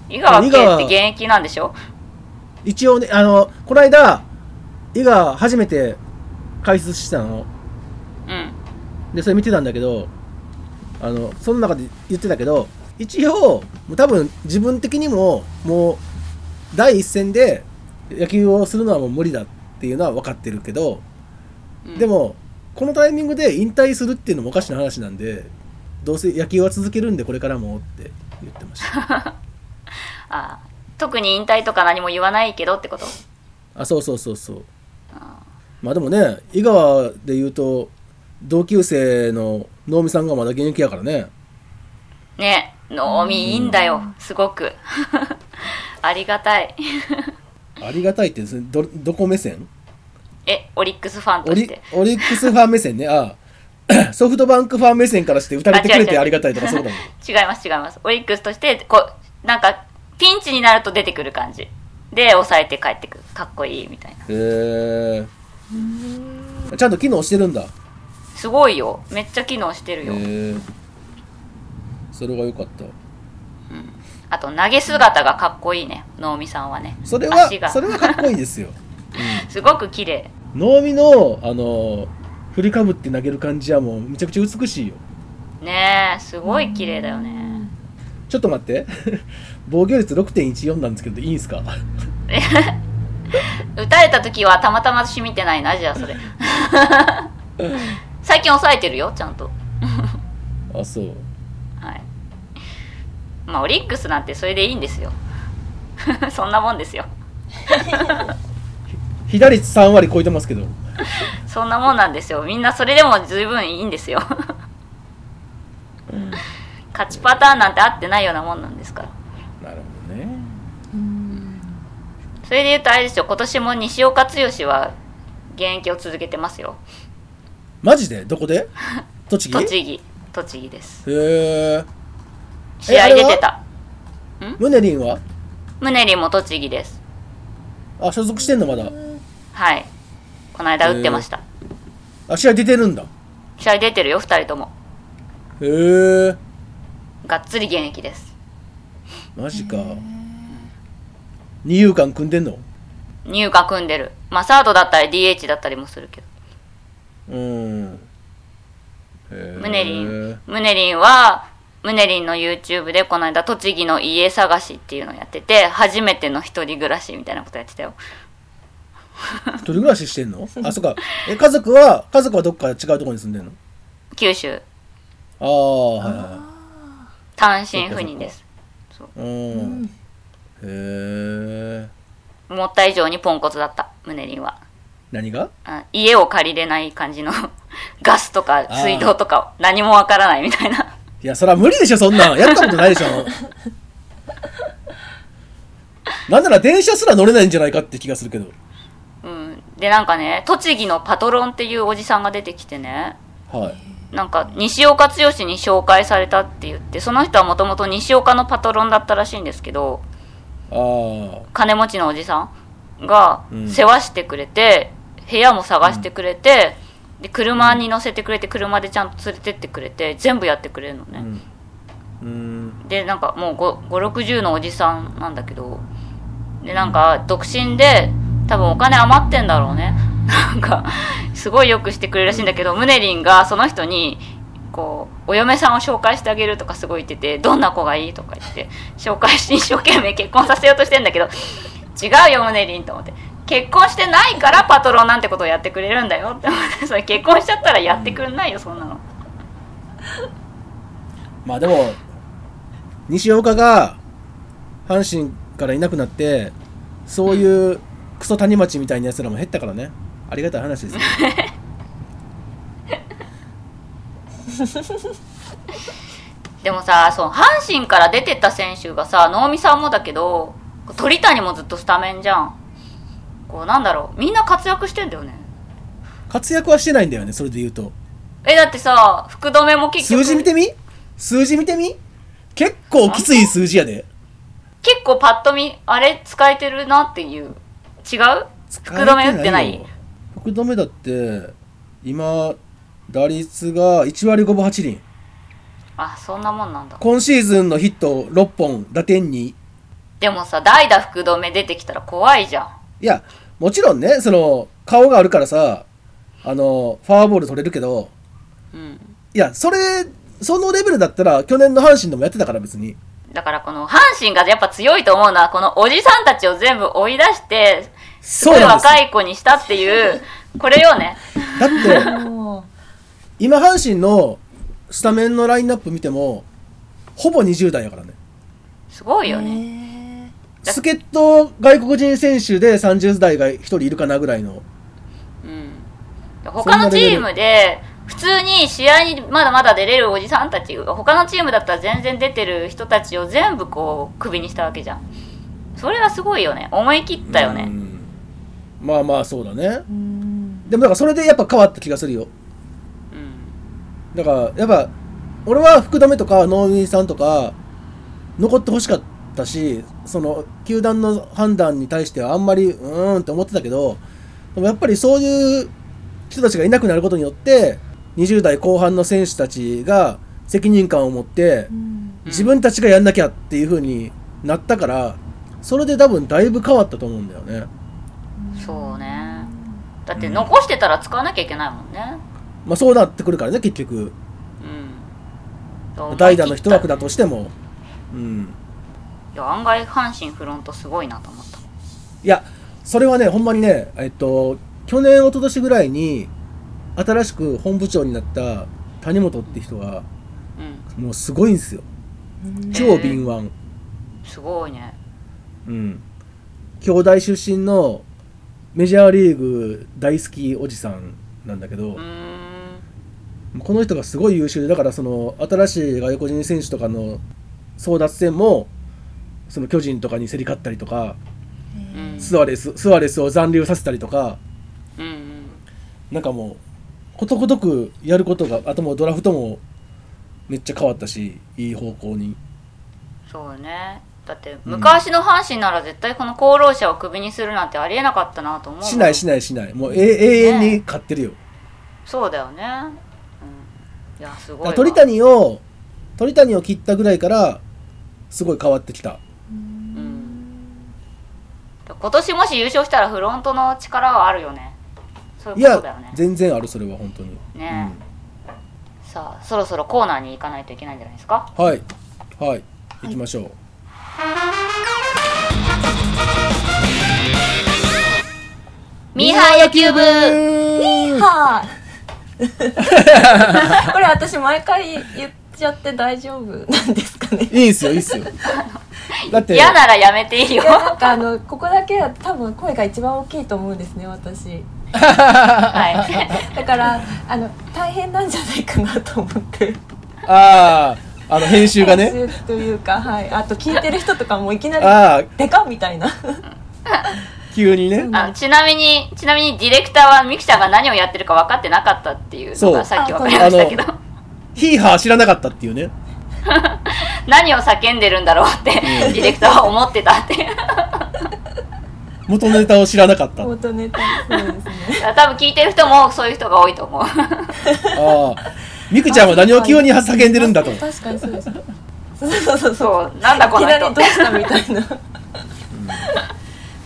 Speaker 3: 井川
Speaker 4: 井川
Speaker 3: 圭って現役なんでしょ
Speaker 4: 一応ね、あの、この間、伊が初めて解説してたの。
Speaker 3: うん
Speaker 4: で、それ見てたんだけど、あの、その中で言ってたけど、一応、もう多分自分的にも、もう、第一線で野球をするのはもう無理だっていうのは分かってるけど、
Speaker 3: うん
Speaker 4: でも、このタイミングで引退するっていうのもおかしな話なんで、どうせ野球は続けるんでこれからもって言ってま した。
Speaker 3: あ特に引退とか何も言わないけどってこと
Speaker 4: あ、そうそうそうそう。まあでもね、井川で言うと、同級生の能見さんがまだ現役やからね。
Speaker 3: ね能見いいんだよすごく ありがたい
Speaker 4: ありがたいってですね、ど、どこ目線
Speaker 3: えオリックスファン
Speaker 4: オ
Speaker 3: とし
Speaker 4: リ
Speaker 3: て
Speaker 4: オリックスファン目線ね。ああ ソフトバンクファン目線からして打たれてくれてありがたいとかそうだもん。
Speaker 3: 違います違いますオリックスとしてこうなんかピンチになると出てくる感じで抑えて帰ってくるかっこいいみたいな
Speaker 4: へえ。ちゃんと機能してるんだ。へ
Speaker 3: すごいよめっちゃ機能してるよ、
Speaker 4: え。それが良かった。
Speaker 3: あと投げ姿がかっこいいね能見さんはね
Speaker 4: それは
Speaker 3: 足が、
Speaker 4: それはかっこいい ですよ。
Speaker 3: すごく綺麗
Speaker 4: 能見の、あの、振りかぶって投げる感じはもうめちゃくちゃ美しいよ。
Speaker 3: ねえすごい綺麗だよね
Speaker 4: ちょっと待って。 防御率6.14なんですけど、いいんすか
Speaker 3: 打たれた時はたまたましみてないなじゃあそれ最近抑えてるよちゃんと
Speaker 4: あ、そう。
Speaker 3: はいまあオリックスなんてそれでいいんですよ そんなもんですよ
Speaker 4: 被打率3割超えてますけど。
Speaker 3: そんなもんなんですよみんなそれでも十分いいんですよ勝ちパターンなんて合ってないようなもんなんですから
Speaker 4: なるほどね。
Speaker 5: うん
Speaker 3: それで言うとあれですよ今年も西岡剛は現役を続けてますよ
Speaker 4: マジでどこ で栃木
Speaker 3: 栃木栃木です
Speaker 4: へえ。
Speaker 3: 試合出てた
Speaker 4: ムネリンは
Speaker 3: ムネリンも栃木です
Speaker 4: あ、所属してんのまだ。
Speaker 3: はいこの間打ってました
Speaker 4: あ、試合出てるんだ。
Speaker 3: 試合出てるよ2人とも
Speaker 4: へえ。
Speaker 3: がっつり現役です
Speaker 4: マジか。二遊間組んでんの
Speaker 3: 入荷組んでるまあサードだったり DH だったりもするけど
Speaker 4: うん。へ
Speaker 3: ムネリン。ムネリンはムネリンの YouTube でこの間栃木の家探しっていうのをやってて初めての一人暮らしみたいなことやってたよ
Speaker 4: 一人暮らししてんのあ、そっか。え、家族は、家族はどっか違うところに住んでんの
Speaker 3: 九州
Speaker 4: ああ、はいはいはい。
Speaker 3: 単身赴任です
Speaker 4: うん。へえ。
Speaker 3: 思った以上にポンコツだったムネリンは
Speaker 4: 何が
Speaker 3: あ家を借りれない感じの ガスとか水道とか何もわからないみたいない
Speaker 4: や、そら無理でしょ、そんなん。やったことないでしょ。なんなら電車すら乗れないんじゃないかって気がするけど。
Speaker 3: うん、でなんかね栃木のパトロンっていうおじさんが出てきてね
Speaker 4: はい。
Speaker 3: なんか西岡剛に紹介されたって言ってその人はもともと西岡のパトロンだったらしいんですけど
Speaker 4: あ
Speaker 3: 金持ちのおじさんが
Speaker 4: うん
Speaker 3: 世話してくれて、部屋も探してくれて、で車に乗せてくれて車でちゃんと連れてってくれて全部やってくれるの
Speaker 4: あ。
Speaker 3: ね、
Speaker 4: うん。うん。
Speaker 3: でなんかもう560のおじさんなんだけどでなんか独身で多分お金余ってんだろうね なんかすごいよくしてくれるらしいんだけど、ムネリンがその人にこうお嫁さんを紹介してあげるとかすごい言っててどんな子がいいとか言って紹介し一生懸命結婚させようとしてんだけど違うよムネリンと思って結婚してないからパトロンなんてことをやってくれるんだよって思ってそれ結婚しちゃったらやってくれないよそんなの
Speaker 4: まあでも、西岡が阪神からいなくなって、そういうクソ谷町みたいなやつらも減ったからね。ありがたい話ですよ。
Speaker 3: でもさそう阪神から出てった選手がさ能見さんもだけど鳥谷もずっとスタメンじゃんこうなんだろうみんな活躍してんだよね
Speaker 4: 活躍はしてないんだよね、それで言うと。
Speaker 3: えだってさ福留も結局
Speaker 4: 数字見てみ数字見てみ結構きつい数字やで。
Speaker 3: 結構パッと見あれ使えてるなっていう違う
Speaker 4: 使
Speaker 3: 福留打ってない
Speaker 4: えてよ福留だって今打率が1割5分8厘。
Speaker 3: あそんなもんなんだ
Speaker 4: 今シーズンのヒット6本、打点に
Speaker 3: でもさ代打福留出てきたら怖いじゃん
Speaker 4: いや、もちろんね、その、顔があるからさ、あの、フォアボール取れるけど、
Speaker 3: うん
Speaker 4: いや、それ、そのレベルだったら、去年の阪神でもやってたから別に。
Speaker 3: だからこの阪神がやっぱ強いと思うのはこのおじさんたちを全部追い出してす
Speaker 4: そ
Speaker 3: ご
Speaker 4: う
Speaker 3: い
Speaker 4: なんです
Speaker 3: 若い子にしたっていうこれよね
Speaker 4: よ。だって、
Speaker 5: おー
Speaker 4: 今阪神のスタメンのラインナップ見ても、ほぼ20代やからね。
Speaker 3: すごいよね、
Speaker 5: ね。
Speaker 3: だ
Speaker 4: 助っ人外国人選手で30代が1人いるかなぐらいの。
Speaker 3: うん、他のチームで普通に試合にまだまだ出れるおじさんたちが他のチームだったら全然出てる人たちを全部こうクビにしたわけじゃんそれはすごいよね思い切ったよ
Speaker 4: う
Speaker 3: ね
Speaker 4: ん。まあまあ、そうだね。
Speaker 5: うん。
Speaker 4: でもだからそれでやっぱ変わった気がするよ。
Speaker 3: うん、
Speaker 4: だからやっぱ俺は福留とか能見さんとか残ってほしかったしその球団の判断に対してはあんまりうーんって思ってたけどでもやっぱりそういう人たちがいなくなることによって20代後半の選手たちが責任感を持って
Speaker 5: うん
Speaker 4: 自分たちがやんなきゃっていう風になったからそれで多分だいぶ変わったと思うんだよね。
Speaker 3: そうねだって残してたら使わなきゃいけないもんね
Speaker 4: まあそうなってくるからね結局
Speaker 3: うん
Speaker 4: 代打の一枠だ
Speaker 3: と
Speaker 4: としても。うん
Speaker 3: いや案外阪神フロントすごいなと思った
Speaker 4: いや、それはね、ほんまにね、えっと、去年、一昨年ぐらいに、新しく本部長になった谷本って人が、
Speaker 3: うん
Speaker 4: もうすごいんですよ。
Speaker 5: うん
Speaker 4: 超敏腕。
Speaker 3: すごいね
Speaker 4: うん。兄弟出身のメジャーリーグ大好きおじさんなんだけど、
Speaker 3: うーん
Speaker 4: この人がすごい優秀で、だからその、新しい外国人選手とかの争奪戦も、その巨人とかに競り勝ったりとか、
Speaker 3: うん
Speaker 4: スアレス、スアレスを残留させたりとか、
Speaker 3: うんうん
Speaker 4: なんかもうことごとくやることがあともうドラフトもめっちゃ変わったしいい方向に
Speaker 3: そうねだって昔の阪神なら絶対この功労者をクビにするなんてありえなかったなと思う
Speaker 4: しないし
Speaker 3: ない
Speaker 4: ないしないもうえ永遠に勝ってるよ、
Speaker 3: そうだよね、うん、いやす
Speaker 4: だ
Speaker 3: ごい
Speaker 4: から
Speaker 3: わ
Speaker 4: 鳥谷を鳥谷を切ったぐらいからすごい変わってきた
Speaker 3: うん今年もし優勝したらフロントの力はあるよねそう
Speaker 4: い
Speaker 3: いうことだよ
Speaker 4: や
Speaker 3: ね
Speaker 4: 全然あるそれは本当に、
Speaker 3: ねさあそろそろコーナーに行かないといけないんじゃないですか
Speaker 4: うんはいはい行きましょう、
Speaker 3: ミーハー野球部
Speaker 5: はいこれ私毎回言っちゃって大丈夫なんですかね。
Speaker 4: いいっすよいいっすよだって
Speaker 3: 嫌ならやめていいよ
Speaker 5: いやなんかあのここだけは多分声が一番大きいと思うんですね私。
Speaker 3: はい
Speaker 5: だからあの大変なんじゃないかなと思って。
Speaker 4: あああの編集がね
Speaker 5: 編集というかはいあと聞いてる人とかもいきな
Speaker 4: ああ
Speaker 5: りでかっみ たいな。
Speaker 4: 急にね
Speaker 3: あのちなみにちなみにディレクターはミキちゃんが何をやってるか分かってなかったっていうの
Speaker 4: そう
Speaker 3: がさっき分かりましたけど
Speaker 4: ヒーハー知らなかったっていうね
Speaker 3: 何を叫んでるんだろうってディレクターは思ってたって
Speaker 4: 元ネタを知らなかった
Speaker 5: 元ネタそうですね。
Speaker 3: 多分聞いてる人もそういう人が多いと 思う
Speaker 4: ああ、みくちゃんは何を急に叫んでるんだと。
Speaker 5: 確かにそうです。そうそうそうそ う。
Speaker 3: そうなんだ
Speaker 5: い
Speaker 3: こ
Speaker 5: き
Speaker 3: の
Speaker 5: な
Speaker 3: 人
Speaker 5: りどうしたみたいな。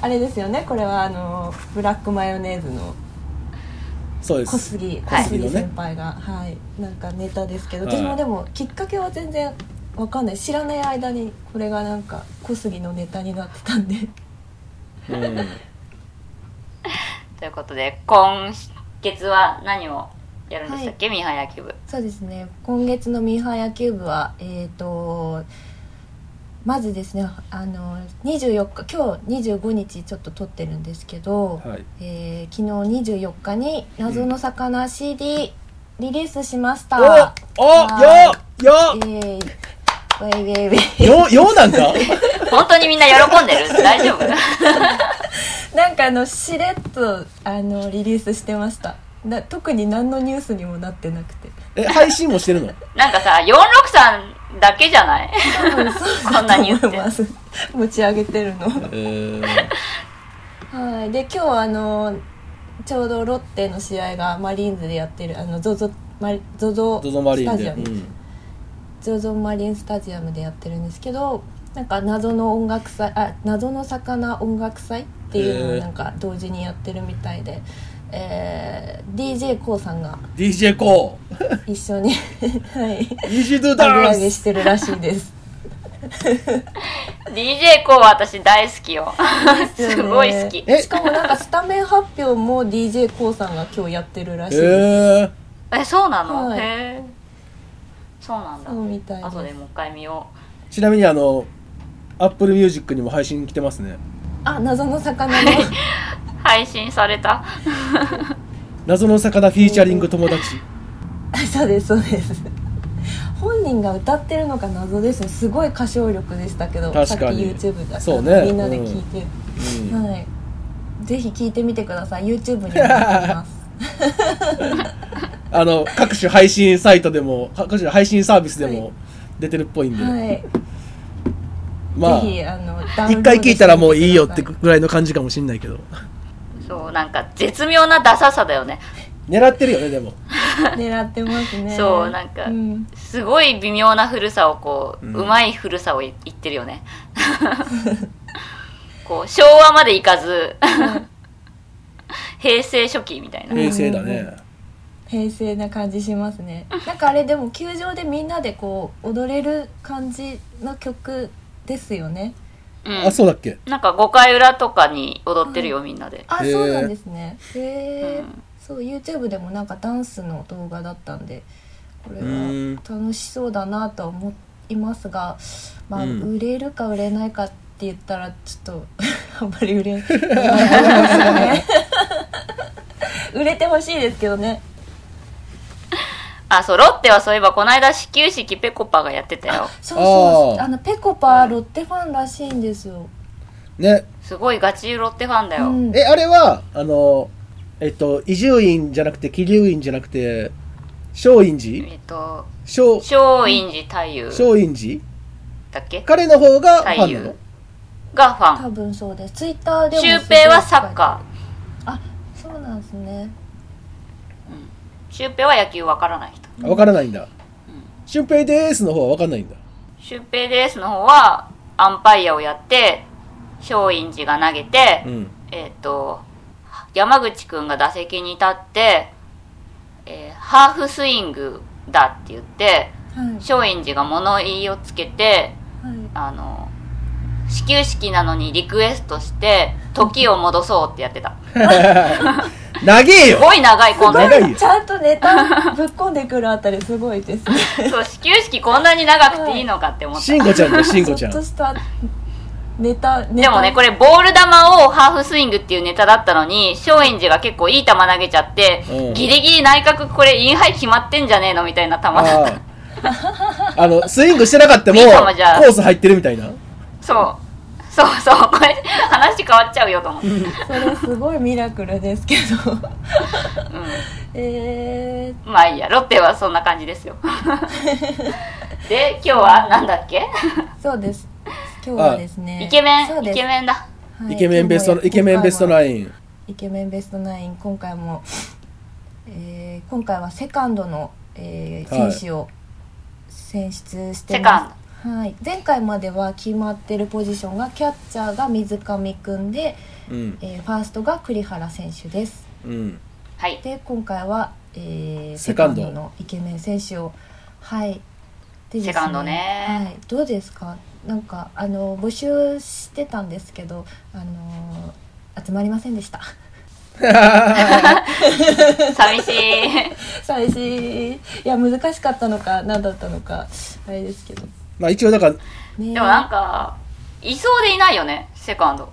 Speaker 5: あれですよね。これはあのブラックマヨネーズの
Speaker 4: そうで
Speaker 5: 小
Speaker 4: す。
Speaker 5: 杉
Speaker 4: はい
Speaker 5: 小杉先輩がはい、なんかネタですけど、
Speaker 4: はい
Speaker 5: 私もでもきっかけは全然わかんない。知らない間にこれがなんか小杉のネタになってたんで。
Speaker 4: うん
Speaker 3: ということで今月は何をやるんでしたっけ、ミーハー野球部
Speaker 5: そうですね今月のミーハー野球部はえっ、とまずですねあの24日今日25日ちょっと撮ってるんですけど、
Speaker 4: はい。
Speaker 5: えー昨日24日に「謎の魚 CD」リリースしました、
Speaker 4: お、お、よ、
Speaker 5: イエーイウェイウェイウェイ
Speaker 4: よ、よ、よなんだ。
Speaker 3: 本当にみんな喜んで る大丈夫
Speaker 5: なんかあのしれっとあのリリースしてましたな特に何のニュースにもなってなくて
Speaker 4: え、配信もしてるの。
Speaker 3: なんかさ463だけじゃない こんなに言って
Speaker 5: 思います 持ち上げてるの
Speaker 4: えー
Speaker 5: はい、で今日あのちょうどロッテの試合がマリーンズでやってるあの ZOZO マリゾゾ
Speaker 4: ゾゾマリ
Speaker 5: ス
Speaker 4: ン
Speaker 5: タ
Speaker 4: で、
Speaker 5: ジア
Speaker 4: う
Speaker 5: ム、
Speaker 4: ん、
Speaker 5: ゾゾマリンスタジアムでやってるんですけどなんか謎の音楽祭あ謎の魚音楽祭っていうの
Speaker 4: へ
Speaker 5: を
Speaker 4: ー
Speaker 5: なんか同時にやってるみたいで、えー d j k o さんが
Speaker 4: DJ コ
Speaker 5: 一緒に はい
Speaker 4: ー Easy to
Speaker 5: ダブ上
Speaker 4: dance
Speaker 5: げしてるらしいです。
Speaker 3: DJ コウは私大好きよ すごい好き
Speaker 4: え
Speaker 5: しかもなんかスタメン発表も d j k o さんが今日やってるらしいです。
Speaker 4: え
Speaker 3: えそうなの、
Speaker 5: はい
Speaker 3: へえそうなんだ
Speaker 5: そうみたいです
Speaker 3: 後でもう一回見よ
Speaker 4: ー、ちなみにあの Apple Music にも配信来てますね
Speaker 5: あ謎の魚の
Speaker 3: う配信された
Speaker 4: 謎の魚フィーチャリング友達
Speaker 5: あ そうですそうです本人が歌ってるのが謎ですねすごい歌唱力でしたけど
Speaker 4: 確かに
Speaker 5: さっき YouTube だった
Speaker 4: そう
Speaker 5: の
Speaker 4: ね
Speaker 5: みんなで聞いて、
Speaker 4: うん
Speaker 5: はいぜひ聞いてみてください YouTube に上がってます
Speaker 4: あの各種配信サイトでも各種配信サービスでも出てるっぽいんで、
Speaker 5: はい、
Speaker 4: まあ
Speaker 5: ぜひあのダウンロードしてみてくださ
Speaker 4: 一回聞いたらもういいよってぐらいの感じかもしんないけど
Speaker 3: そうなんか絶妙なダサさだよね
Speaker 4: 狙ってるよねでも
Speaker 5: 狙ってますね
Speaker 3: そうなんか
Speaker 5: うん
Speaker 3: すごい微妙な古さをこう、
Speaker 4: う
Speaker 3: うんまい古さを言ってるよね こう昭和までいかず平成初期みたいな
Speaker 4: 平成だね
Speaker 5: 平成な感じしますねなんかあれでも球場でみんなでこう踊れる感じの曲ですよね
Speaker 3: うん
Speaker 4: あそうだっけ
Speaker 3: なんか5回裏とかに踊ってるよみんなで、
Speaker 5: あ、
Speaker 4: へー
Speaker 5: そうなんですね。へえ、
Speaker 3: うん
Speaker 5: そう YouTube でもなんかダンスの動画だったんで、これ
Speaker 4: うーん
Speaker 5: は楽しそうだなとは思いますが、まあ、
Speaker 4: うん
Speaker 5: 売れるか売れないかって言ったらちょっと あんまり売れないです ね。売れてほしいですけどね。
Speaker 3: あそうロッテはそういえばこの間始球式ペコパがやってたよ
Speaker 5: そうそう。
Speaker 4: あー
Speaker 5: あのペコパロッテファンらしいんですよ。
Speaker 4: ね
Speaker 3: すごいガチロッテファンだ
Speaker 5: う
Speaker 3: よ、
Speaker 5: ん。
Speaker 4: えあれはあのえっと伊集院じゃなくて桐生院じゃなくて松陰寺
Speaker 3: えっと
Speaker 4: 松
Speaker 3: 松陰寺太夫
Speaker 4: 松陰寺
Speaker 3: だっけ
Speaker 4: 彼の方がファ
Speaker 3: 太
Speaker 4: ンなの
Speaker 3: 夫がファン
Speaker 5: 多分そうです。ツイッターでもすごい
Speaker 3: シュウペイはサッカ
Speaker 5: あ、そうなんですね。
Speaker 3: ーシュウペイは野球わからない人
Speaker 4: あわからないんだ俊平ですの方はわかんないんだ
Speaker 3: シュウペイですの方はアンパイアをやって松陰寺が投げて、
Speaker 4: うん
Speaker 3: えっ、と山口くんが打席に立って、えーハーフスイングだって言って
Speaker 5: はいはい。
Speaker 3: 松陰寺が物言いをつけてあの始球式なのにリクエストして時を戻そうってやってた
Speaker 4: 長え
Speaker 3: す
Speaker 4: よ
Speaker 3: ごい長いコント
Speaker 4: 長いよ
Speaker 5: ちゃんとネタぶっこんでくるあたりすごいです ね。
Speaker 3: そう始球式こんなに長くていいのかって思った
Speaker 4: 慎吾ちゃんだよ慎
Speaker 5: ち
Speaker 4: 吾
Speaker 5: ょっ
Speaker 4: ちゃん
Speaker 5: としたネタ、ネタ
Speaker 3: でもねこれボール球をハーフスイングっていうネタだったのに松陰寺が結構いい球投げちゃって、
Speaker 4: うん
Speaker 3: ギリギリ内角これインハイ決まってんじゃねえのみたいな球だった
Speaker 4: あああのスイングしてなかったも
Speaker 3: いいかもじゃあ
Speaker 4: コース入ってるみたいな
Speaker 3: そうそうそう これ話変わっちゃうよと思 って、うん、
Speaker 5: それすごいミラクルですけど。 えー、
Speaker 3: まあいいやロッテはそんな感じです よで今日はなんだっけ
Speaker 5: そうです。今日はですね。
Speaker 3: イケメ
Speaker 5: そう
Speaker 3: ン
Speaker 5: で
Speaker 3: イ
Speaker 5: す
Speaker 3: ケメンだ
Speaker 5: はい
Speaker 4: イケメンベストイケメンベストナイン
Speaker 5: イケメンベストナイン今回も、えー今回はセカンドの、えー
Speaker 4: はい
Speaker 5: 選手を選出して
Speaker 3: セカン
Speaker 5: ます。はい、前回までは決まってるポジションがキャッチャーが水上くんで、
Speaker 4: うん
Speaker 5: えーファーストが栗原選手です
Speaker 4: うん
Speaker 3: はい
Speaker 5: で今回は、えー
Speaker 4: セカンド
Speaker 5: セのイケメン選手をはいでです
Speaker 3: セカンドね
Speaker 5: はい、どうですかなんかあの募集してたんですけどあのー集まりませんでした
Speaker 3: 寂しい
Speaker 5: 寂しいいや難しかったのか何だったのかあれですけど
Speaker 4: まあ一応だから
Speaker 5: ね
Speaker 3: でもなんかいそうでいないよねセカンド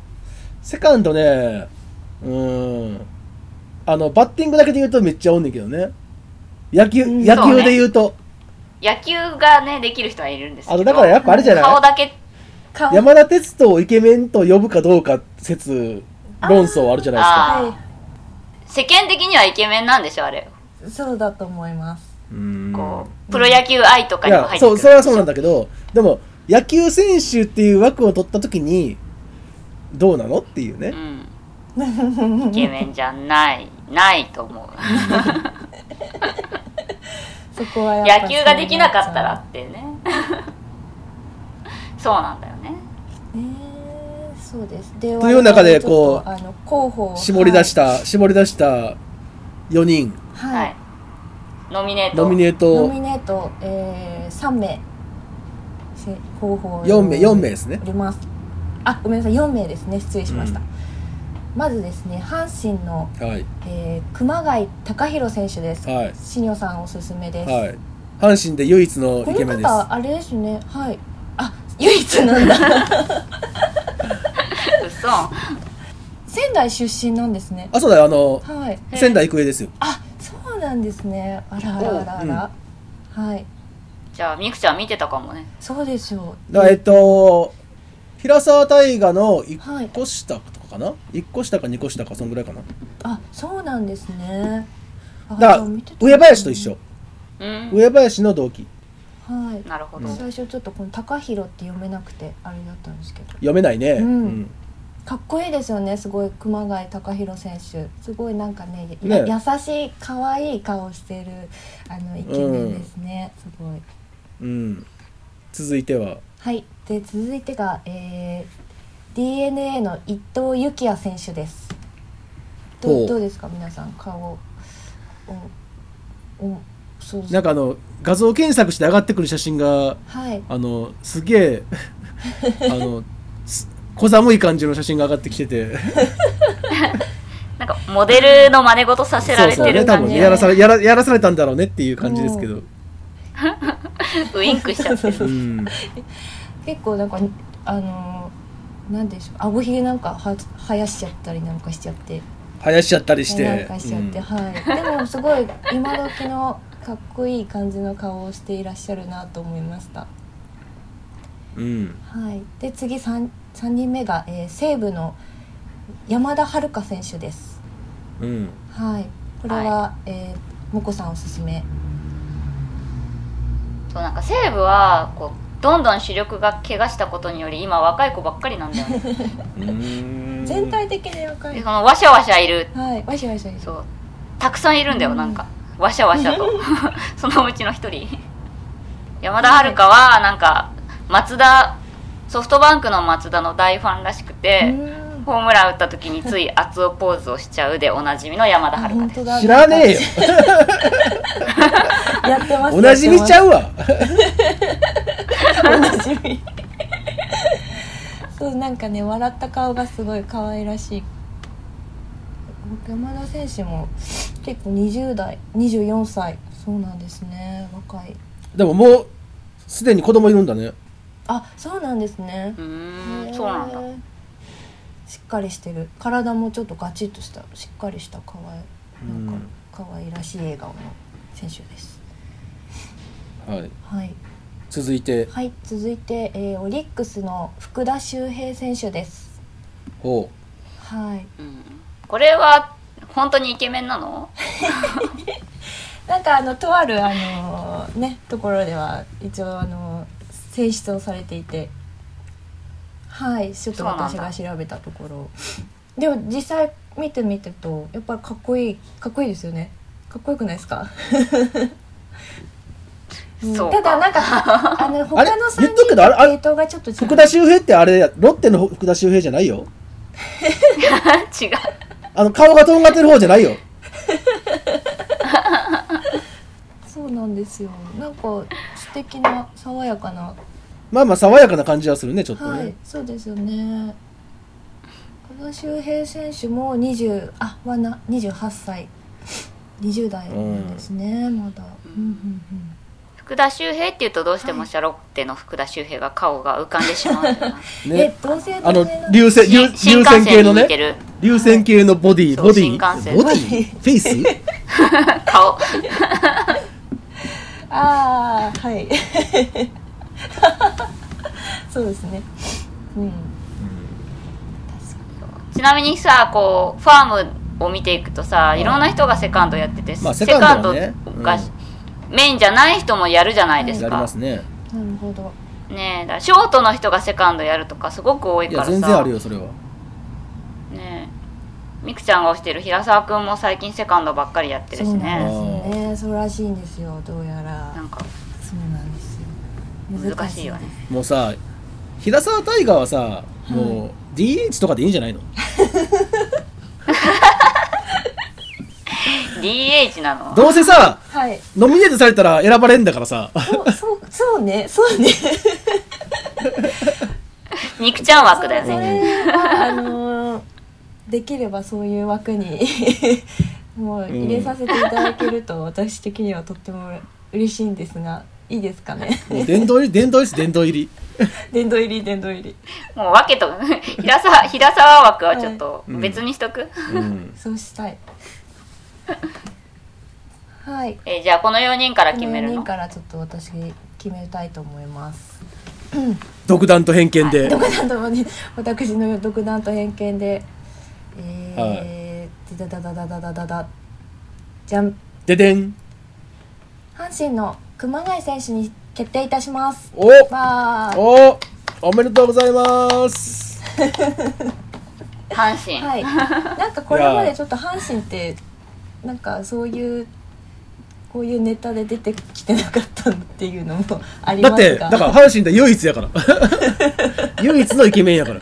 Speaker 4: セカンドねうーんあのバッティングだけで言うとめっちゃおんねんけどね野球
Speaker 5: うん
Speaker 4: 野
Speaker 3: そう
Speaker 4: 球
Speaker 3: ね
Speaker 4: で言うと
Speaker 3: 野球がねできる人はいるんですけ
Speaker 4: あ
Speaker 3: ど
Speaker 4: のだからやっぱあれじゃ
Speaker 3: 顔
Speaker 4: な
Speaker 3: だけ
Speaker 5: 顔
Speaker 4: い山田哲人をイケメンと呼ぶかどうか説論争あるじゃないです
Speaker 3: あ
Speaker 4: か
Speaker 3: 世間的にはイケメンなんでしょあれ
Speaker 5: はいそうだと思います
Speaker 4: うーん
Speaker 3: こうプロ野球愛とか
Speaker 4: い
Speaker 3: にも
Speaker 4: や
Speaker 3: 入ってく
Speaker 4: そ
Speaker 3: る
Speaker 4: うそれはそうなんだけどでも野球選手っていう枠を取った時にどうなのっていうね、
Speaker 3: うん、イケメンじゃないないと思う
Speaker 5: そこはやっぱ
Speaker 3: 野球ができなかったらってねそうなんだよね
Speaker 5: ねえそうですで
Speaker 4: という中で
Speaker 5: 我
Speaker 4: こ
Speaker 5: 々もちょっと
Speaker 4: う
Speaker 5: あの候補を
Speaker 4: 絞り出し、た、絞り出した4人、
Speaker 5: はい
Speaker 3: は
Speaker 5: はい
Speaker 3: いノミネート
Speaker 4: ノミネート
Speaker 5: ノミネート、えー、3名せ候補を
Speaker 4: 4名、4名ですね
Speaker 5: お。りますあごめんなさい4名ですね失礼しました、まずですね阪神の、
Speaker 4: はい。
Speaker 5: えー熊谷隆弘選手です
Speaker 4: はい。
Speaker 5: 新庄さんおすすめです、
Speaker 4: はい。阪神で唯一のイケ
Speaker 5: こ
Speaker 4: メ
Speaker 5: の
Speaker 4: ンです。
Speaker 5: 方あれですねはいあ唯一なん だ
Speaker 3: 嘘
Speaker 5: 仙台出身なんですね
Speaker 4: あ、そうだよ、あの、
Speaker 5: はい
Speaker 4: 仙台育英ですよ。
Speaker 5: あそうなんですねあらあらあらあら、はい
Speaker 3: じゃあみくちゃん見てたかもね
Speaker 5: そうでしょう
Speaker 4: だからえっと、平沢大河の
Speaker 5: はい
Speaker 4: 1個下とかかな、?1 個下か2個下か、そんぐらいかな。
Speaker 5: あそうなんですねあ
Speaker 4: だ
Speaker 5: じ
Speaker 4: か
Speaker 5: ゃあ
Speaker 4: ら
Speaker 5: 見て、た
Speaker 4: 上林と一緒。
Speaker 3: うん
Speaker 4: 上林の同期。
Speaker 5: はい
Speaker 3: なるほど、
Speaker 5: 最初ちょっとこの「高弘」って読めなくてあれだったんですけど
Speaker 4: 読めないね。
Speaker 5: うんかっこいいですよねすごい熊谷貴弘選手すごいなんかね
Speaker 4: ね
Speaker 5: や優しい可愛い顔してるあのイケメンですね、すごい
Speaker 4: うん。うん。続いては、
Speaker 5: はいで続いてが、えー、d n a の伊藤幸也選手です
Speaker 4: ほ
Speaker 5: ど
Speaker 4: う
Speaker 5: うどうですか皆さん顔をおそう
Speaker 4: なんかあの、画像検索して上がってくる写真が、
Speaker 5: はい
Speaker 4: あの、すげ え、あの、す 小寒い感じの写真が上がってきてて、
Speaker 3: なんかモデルの真似事させられ
Speaker 4: そう
Speaker 3: て
Speaker 4: ね、
Speaker 3: る
Speaker 4: 多
Speaker 3: 感
Speaker 4: 分
Speaker 3: じ、
Speaker 4: やらされやらやらされたんだろうねっていう感じですけど、
Speaker 3: ウインクしちゃってる
Speaker 4: うん、
Speaker 5: 結構なんかあのーなんでしょう顎ひげなんかは生やしちゃったりなんかしちゃって
Speaker 4: 生やしちゃったりして、
Speaker 5: なんかしちゃって、
Speaker 4: うん
Speaker 5: はいでもすごい今時のかっこいい感じの顔をしていらっしゃるなと思いました
Speaker 4: うん
Speaker 5: はいで次 3, 三人目が、えー西武の山田遥選手です
Speaker 4: うん、
Speaker 5: はいこれは、えーもこさんおすすめ
Speaker 3: そうなんか西武はこうどんどん主力が怪我したことにより今若い子ばっかりなんだよね
Speaker 4: うん
Speaker 5: 全体的に若
Speaker 3: で
Speaker 5: い
Speaker 3: そのわしゃわしゃいる
Speaker 5: はいわしわしわし
Speaker 3: そうたくさんいるんだよなんかわしゃわしゃとそのうちの一人山田遥はなんか松田ソフトバンクの松田の大ファンらしく
Speaker 5: う
Speaker 3: て
Speaker 5: ーん
Speaker 3: ホームラン打った時につい熱男ポーズをしちゃうでおなじみの山田
Speaker 5: あ
Speaker 3: 遥
Speaker 5: 本
Speaker 3: です
Speaker 5: 当だ
Speaker 4: 知らねえよ
Speaker 5: やってます
Speaker 4: おなじみちゃうわ
Speaker 5: おなじみそうなんかね笑った顔がすごい可愛らしい山田選手も結構20代24歳そうなんですね若い
Speaker 4: でももうすでに子供いるんだね
Speaker 5: あそうなんですね
Speaker 3: うーんそうなんだ
Speaker 5: へーしっかりしてる体もちょっとガチッとしたしっかりした可愛いなんか可愛らしい笑顔の選手です
Speaker 4: はい
Speaker 5: はい、
Speaker 4: 続いて
Speaker 5: はい、続いて、えーオリックスの福田周平選手です
Speaker 4: ほ
Speaker 5: はい
Speaker 3: うんこれは本当にイケメンなの
Speaker 5: なんかあのとあるあのねところでは一応あの選出をされていてはいちょっと私
Speaker 3: そうなん
Speaker 5: が調べたところでも実際見てみてとやっぱりかっこいいかっこいいですよねかっこよくないですかうん
Speaker 3: そう
Speaker 5: ただなんかあの
Speaker 4: あれ
Speaker 5: 他の3
Speaker 4: 言っとくけ
Speaker 5: 人
Speaker 4: どあれあれ
Speaker 5: 系統がちょっと違
Speaker 4: う
Speaker 5: う
Speaker 4: 福田周平ってあれやロッテの福田周平じゃないよ
Speaker 3: 違う
Speaker 4: あの顔がとんがってる方じゃないよ
Speaker 5: そうなんですよなんか素敵な爽やかな
Speaker 4: まあまあ爽やかな感じはするねちょっとね、
Speaker 5: はい、そうですよね。この周平選手も二十あはな二十八歳、二十代なんですね、まだ。うんうんうん。
Speaker 3: 福田周平っていうとどうしてもシャロッテの福田周平が顔が浮かんでしまうんだよな
Speaker 5: え
Speaker 4: ね
Speaker 5: 同性
Speaker 4: あの
Speaker 5: 同性の
Speaker 4: 流線流
Speaker 3: 新新
Speaker 4: 流
Speaker 3: 幹
Speaker 4: 線系
Speaker 3: 線に
Speaker 4: の
Speaker 3: 似て
Speaker 4: ね
Speaker 3: る
Speaker 4: 流線系のボディ
Speaker 3: そう
Speaker 4: ボディ
Speaker 3: 新幹線
Speaker 4: ボディフェイス
Speaker 3: 顔
Speaker 5: ああはい。 そうですね。うん。
Speaker 3: ちなみにさこうファームを見ていくとさいろんな人がセカンドやってて、
Speaker 4: まあ
Speaker 3: セカンド
Speaker 4: セカンドは
Speaker 3: が
Speaker 4: ね
Speaker 3: メインじゃない人もやるじゃないです
Speaker 4: やり
Speaker 3: か、
Speaker 4: ますね
Speaker 5: なるほど。
Speaker 3: ねえだからショートの人がセカンドやるとかすごく多い
Speaker 4: い
Speaker 3: から
Speaker 4: や
Speaker 3: さ
Speaker 4: 全然あるよそれは
Speaker 3: ねえみくちゃんが推してる平沢くんも最近セカンドばっかりやってるし
Speaker 5: そう
Speaker 3: ね
Speaker 5: なんですよねそうらしいんですよどうやら
Speaker 3: なんか
Speaker 5: そうなんですよ
Speaker 3: 難しいよね
Speaker 4: もうさ平沢大河はさもう DH とかでいいんじゃないの
Speaker 3: DH なの
Speaker 4: どうせさ
Speaker 5: はい
Speaker 4: ノミネートされたら選ばれんだからさ
Speaker 5: そうそうそうねそうね
Speaker 3: みくちゃん枠だよ
Speaker 5: そ
Speaker 3: ね
Speaker 5: れはあのーできればそういう枠に もう入れさせていただけると私的にはとっても嬉しいんですがいいですかね
Speaker 4: もう殿堂入り殿堂入りです殿堂入り
Speaker 5: 殿堂入り殿堂入り
Speaker 3: もう分けとく 平沢平沢枠はちょっと別にしとく、
Speaker 4: うん
Speaker 5: そうしたいはい
Speaker 3: えーじゃあこの4人から
Speaker 5: こ
Speaker 3: 決
Speaker 5: の
Speaker 3: める
Speaker 5: 4
Speaker 3: の
Speaker 5: 人からちょっと私決めたいと思います
Speaker 4: 独断と偏見で、
Speaker 5: 独断とね私の独断と偏見でえー、ダダダダダダダダじゃん
Speaker 4: ででん
Speaker 5: 阪神の熊谷選手に決定いたします
Speaker 4: お
Speaker 5: わー
Speaker 4: おおめでとうございます
Speaker 3: 阪神、
Speaker 5: はいなんかこれまでちょっと阪神ってなんかそういうこういうネタで出てきてなかったっていうのもあり
Speaker 4: だ
Speaker 5: ま
Speaker 4: って
Speaker 5: す
Speaker 4: だ
Speaker 5: が
Speaker 4: から阪神で唯一やから唯一のイケメンやから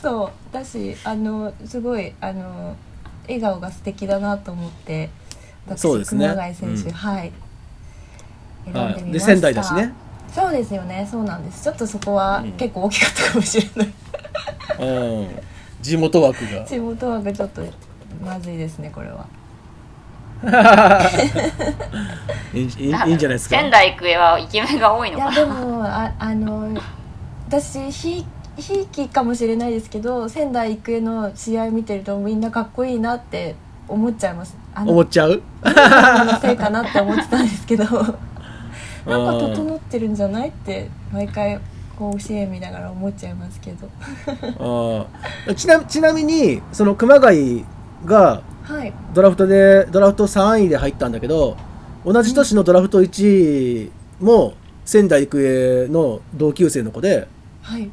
Speaker 5: そうだしあのすごいあの笑顔が素敵だなと思って私
Speaker 4: そうですね
Speaker 5: 熊谷選手、
Speaker 4: うん
Speaker 5: はい選んでみま
Speaker 4: はい
Speaker 5: した、
Speaker 4: で仙台だしね
Speaker 5: そうですよねそうなんですちょっとそこは
Speaker 4: うん
Speaker 5: 結構大きかったかもしれない、
Speaker 4: うん地元枠 が
Speaker 5: 地元枠ちょっとまずいですねこれは
Speaker 4: いいいいいいんじゃないですか
Speaker 3: 仙台育英はイケメンが多い
Speaker 5: い
Speaker 3: の
Speaker 5: や
Speaker 3: かな
Speaker 5: でもあ あの私ひひいきかもしれないですけど仙台育英の試合見てるとみんなかっこいいなって思っちゃいますあの
Speaker 4: 思っちゃう
Speaker 5: のせいかなって思ってたんですけ どなんか整ってるんじゃないって毎回甲子園見ながら思っちゃいますけど
Speaker 4: あーちなちなみにその熊谷が
Speaker 5: はい
Speaker 4: ドラフトでドラフト3位で入ったんだけど同じ年のドラフト1位も仙台育英の同級生の子で
Speaker 5: はい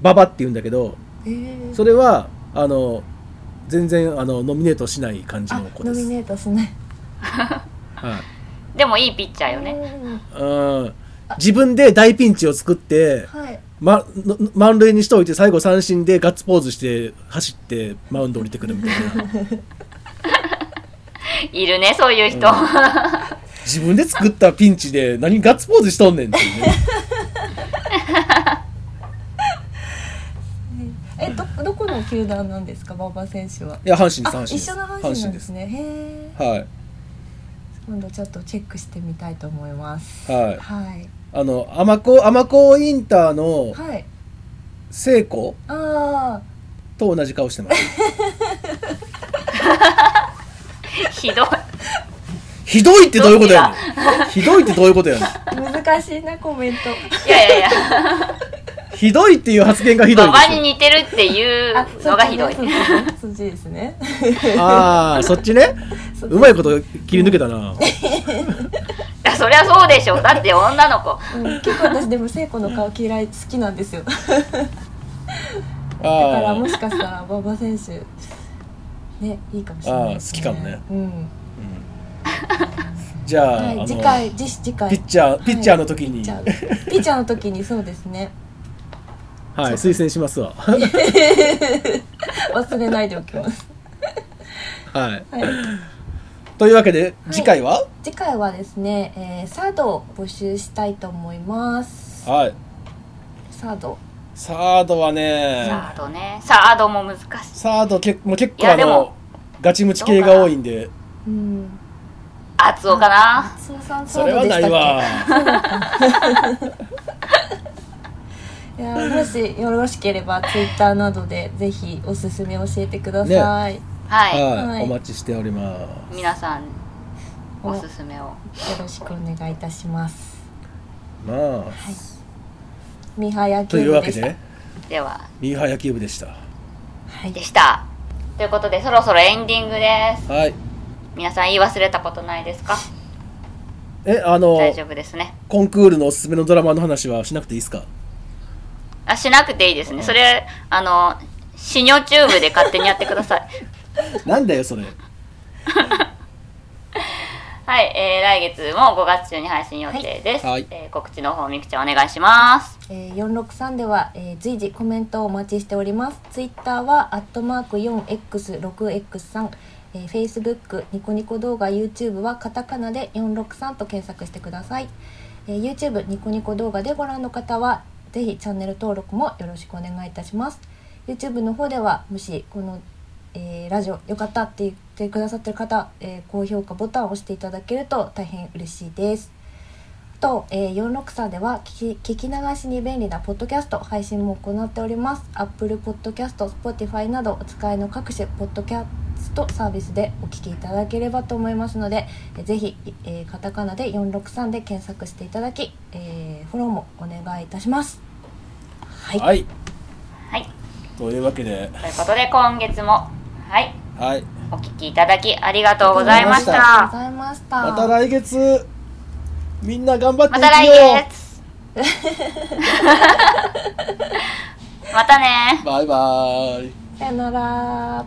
Speaker 4: 馬場って言うんだけど
Speaker 5: えー、
Speaker 4: それはあの全然あのノミネートしない感じ
Speaker 5: あ
Speaker 4: の子で
Speaker 5: ノミ
Speaker 4: す。
Speaker 5: ネートしない
Speaker 4: はい
Speaker 3: でもいいピッチャーよね
Speaker 5: うん
Speaker 4: うん自分で大ピンチを作って、
Speaker 5: はい
Speaker 4: ま、の満塁にしておいて最後三振でガッツポーズして走ってマウンド降りてくるみたいな
Speaker 3: いるねそういう人、
Speaker 4: 自分で作ったピンチで何ガッツポーズしとんねんっていう ね
Speaker 5: えどどこの球団なんですか馬場選手はい
Speaker 4: や阪神
Speaker 5: あ
Speaker 4: です阪神
Speaker 5: 一緒の阪神なんですねへえ
Speaker 4: はい
Speaker 5: 今度ちょっとチェックしてみたいと思います
Speaker 4: はい
Speaker 5: はい
Speaker 4: あの尼子尼子インターの
Speaker 5: はい
Speaker 4: 聖子
Speaker 5: あ
Speaker 4: と同じ顔してます
Speaker 3: ひどい
Speaker 4: ひどいってどういうことやねんひどいってどういうことやね
Speaker 5: あ難しいなコメント
Speaker 3: いやいや いや
Speaker 4: んひどいっていう発言がひどい
Speaker 3: 馬
Speaker 4: です
Speaker 3: 場に似てるっていう
Speaker 5: あ
Speaker 3: のがひどい
Speaker 5: そうですねそっちですね
Speaker 4: ああそっちね
Speaker 5: そっち
Speaker 4: うまいこと切り抜けたな
Speaker 3: だそりゃそうでしょだって女の子
Speaker 5: うん結構私でも聖子の顔嫌い好きなんですよだから
Speaker 4: あ
Speaker 5: も
Speaker 4: ー
Speaker 5: しかしたら馬場選手ねいいかもしれないです、ね、
Speaker 4: あー好きかもね
Speaker 5: うん
Speaker 4: じゃあ,、あ
Speaker 5: は
Speaker 4: の
Speaker 5: い次回次次回
Speaker 4: ピッチャーピッチャーの時
Speaker 5: ピッ
Speaker 4: に、
Speaker 5: チ
Speaker 4: は
Speaker 5: ャ
Speaker 4: い、
Speaker 5: ーピッチャーの時にそうですね
Speaker 4: 推薦しますわ
Speaker 5: 忘れないでおきます
Speaker 4: はい
Speaker 5: はい
Speaker 4: というわけで次回は
Speaker 5: 次回はですね、えー、サードを募集したいと思います
Speaker 4: はい、
Speaker 5: サード
Speaker 4: サードはね
Speaker 3: サードねサードも難しい
Speaker 4: サードけもう結
Speaker 3: い
Speaker 4: 構
Speaker 3: や
Speaker 4: あ
Speaker 3: でも
Speaker 4: のガチムチ系が多いんで
Speaker 5: うん
Speaker 3: 厚尾かな
Speaker 5: 松尾さんサ
Speaker 4: そ
Speaker 5: ー
Speaker 4: れ
Speaker 5: ド
Speaker 4: は
Speaker 5: でし
Speaker 4: な
Speaker 5: たっ
Speaker 4: いわ
Speaker 5: けいやーもしよろしければツイッターなどでぜひおすすめ教えてください、よ
Speaker 3: はい、
Speaker 4: はい、
Speaker 5: はい
Speaker 4: お待ちしております
Speaker 3: 皆さんおすすめを
Speaker 5: ろしくお願いいたします
Speaker 4: まあ
Speaker 5: 三原野
Speaker 4: と
Speaker 5: 球
Speaker 4: いう
Speaker 5: 部
Speaker 4: わ
Speaker 5: で
Speaker 4: け
Speaker 5: した
Speaker 4: で
Speaker 3: では
Speaker 4: ミーハー野球部でした
Speaker 5: はい
Speaker 3: でしたということでそろそろエンディングです
Speaker 4: はい
Speaker 3: 皆さん言い忘れたことないですか
Speaker 4: えあの
Speaker 3: 大丈夫ですね
Speaker 4: コンクールのおすすめのドラマの話はしなくていいですか
Speaker 3: あしなくていいですねそれあのシニョチューブで勝手にやってください。
Speaker 4: なんだよ、それ。
Speaker 3: はい、えー、来月も5月中に配信予定です。
Speaker 4: はい
Speaker 3: えー告知の方、みくちゃんお願いします。
Speaker 5: えー、463では、えー随時コメントをお待ちしております。ツイッターは、アットマーク 4x6x3、えー、Facebook、ニコニコ動画、YouTube はカタカナで463と検索してください。えー YouTube、ニコニコ動画でご覧の方は、ぜひチャンネル登録もよろしくお願いいたします。YouTube の方では、もしこの、えーラジオ良かったって言ってくださってる方、えー高評価ボタンを押していただけると大変嬉しいです。と、えー、463では聞き聞き流しに便利なポッドキャスト配信も行っております Apple Podcast、Spotify などお使いの各種ポッドキャストサービスでお聞きいただければと思いますのでえーぜひ、えーカタカナで463で検索していただき、えーフォローもお願いいたしますはい、
Speaker 4: はい。
Speaker 3: はい。
Speaker 4: というわけで、
Speaker 3: ということで、今月も、はい、
Speaker 4: はい。
Speaker 3: お聞きいただきありがとうございまし
Speaker 4: ありが
Speaker 5: ありがとう
Speaker 3: た。
Speaker 5: ございました
Speaker 4: また来月、みんな頑張って
Speaker 3: ま
Speaker 4: い
Speaker 3: た
Speaker 4: きよう
Speaker 3: 来月またね
Speaker 4: バイバーイ。
Speaker 5: さよなら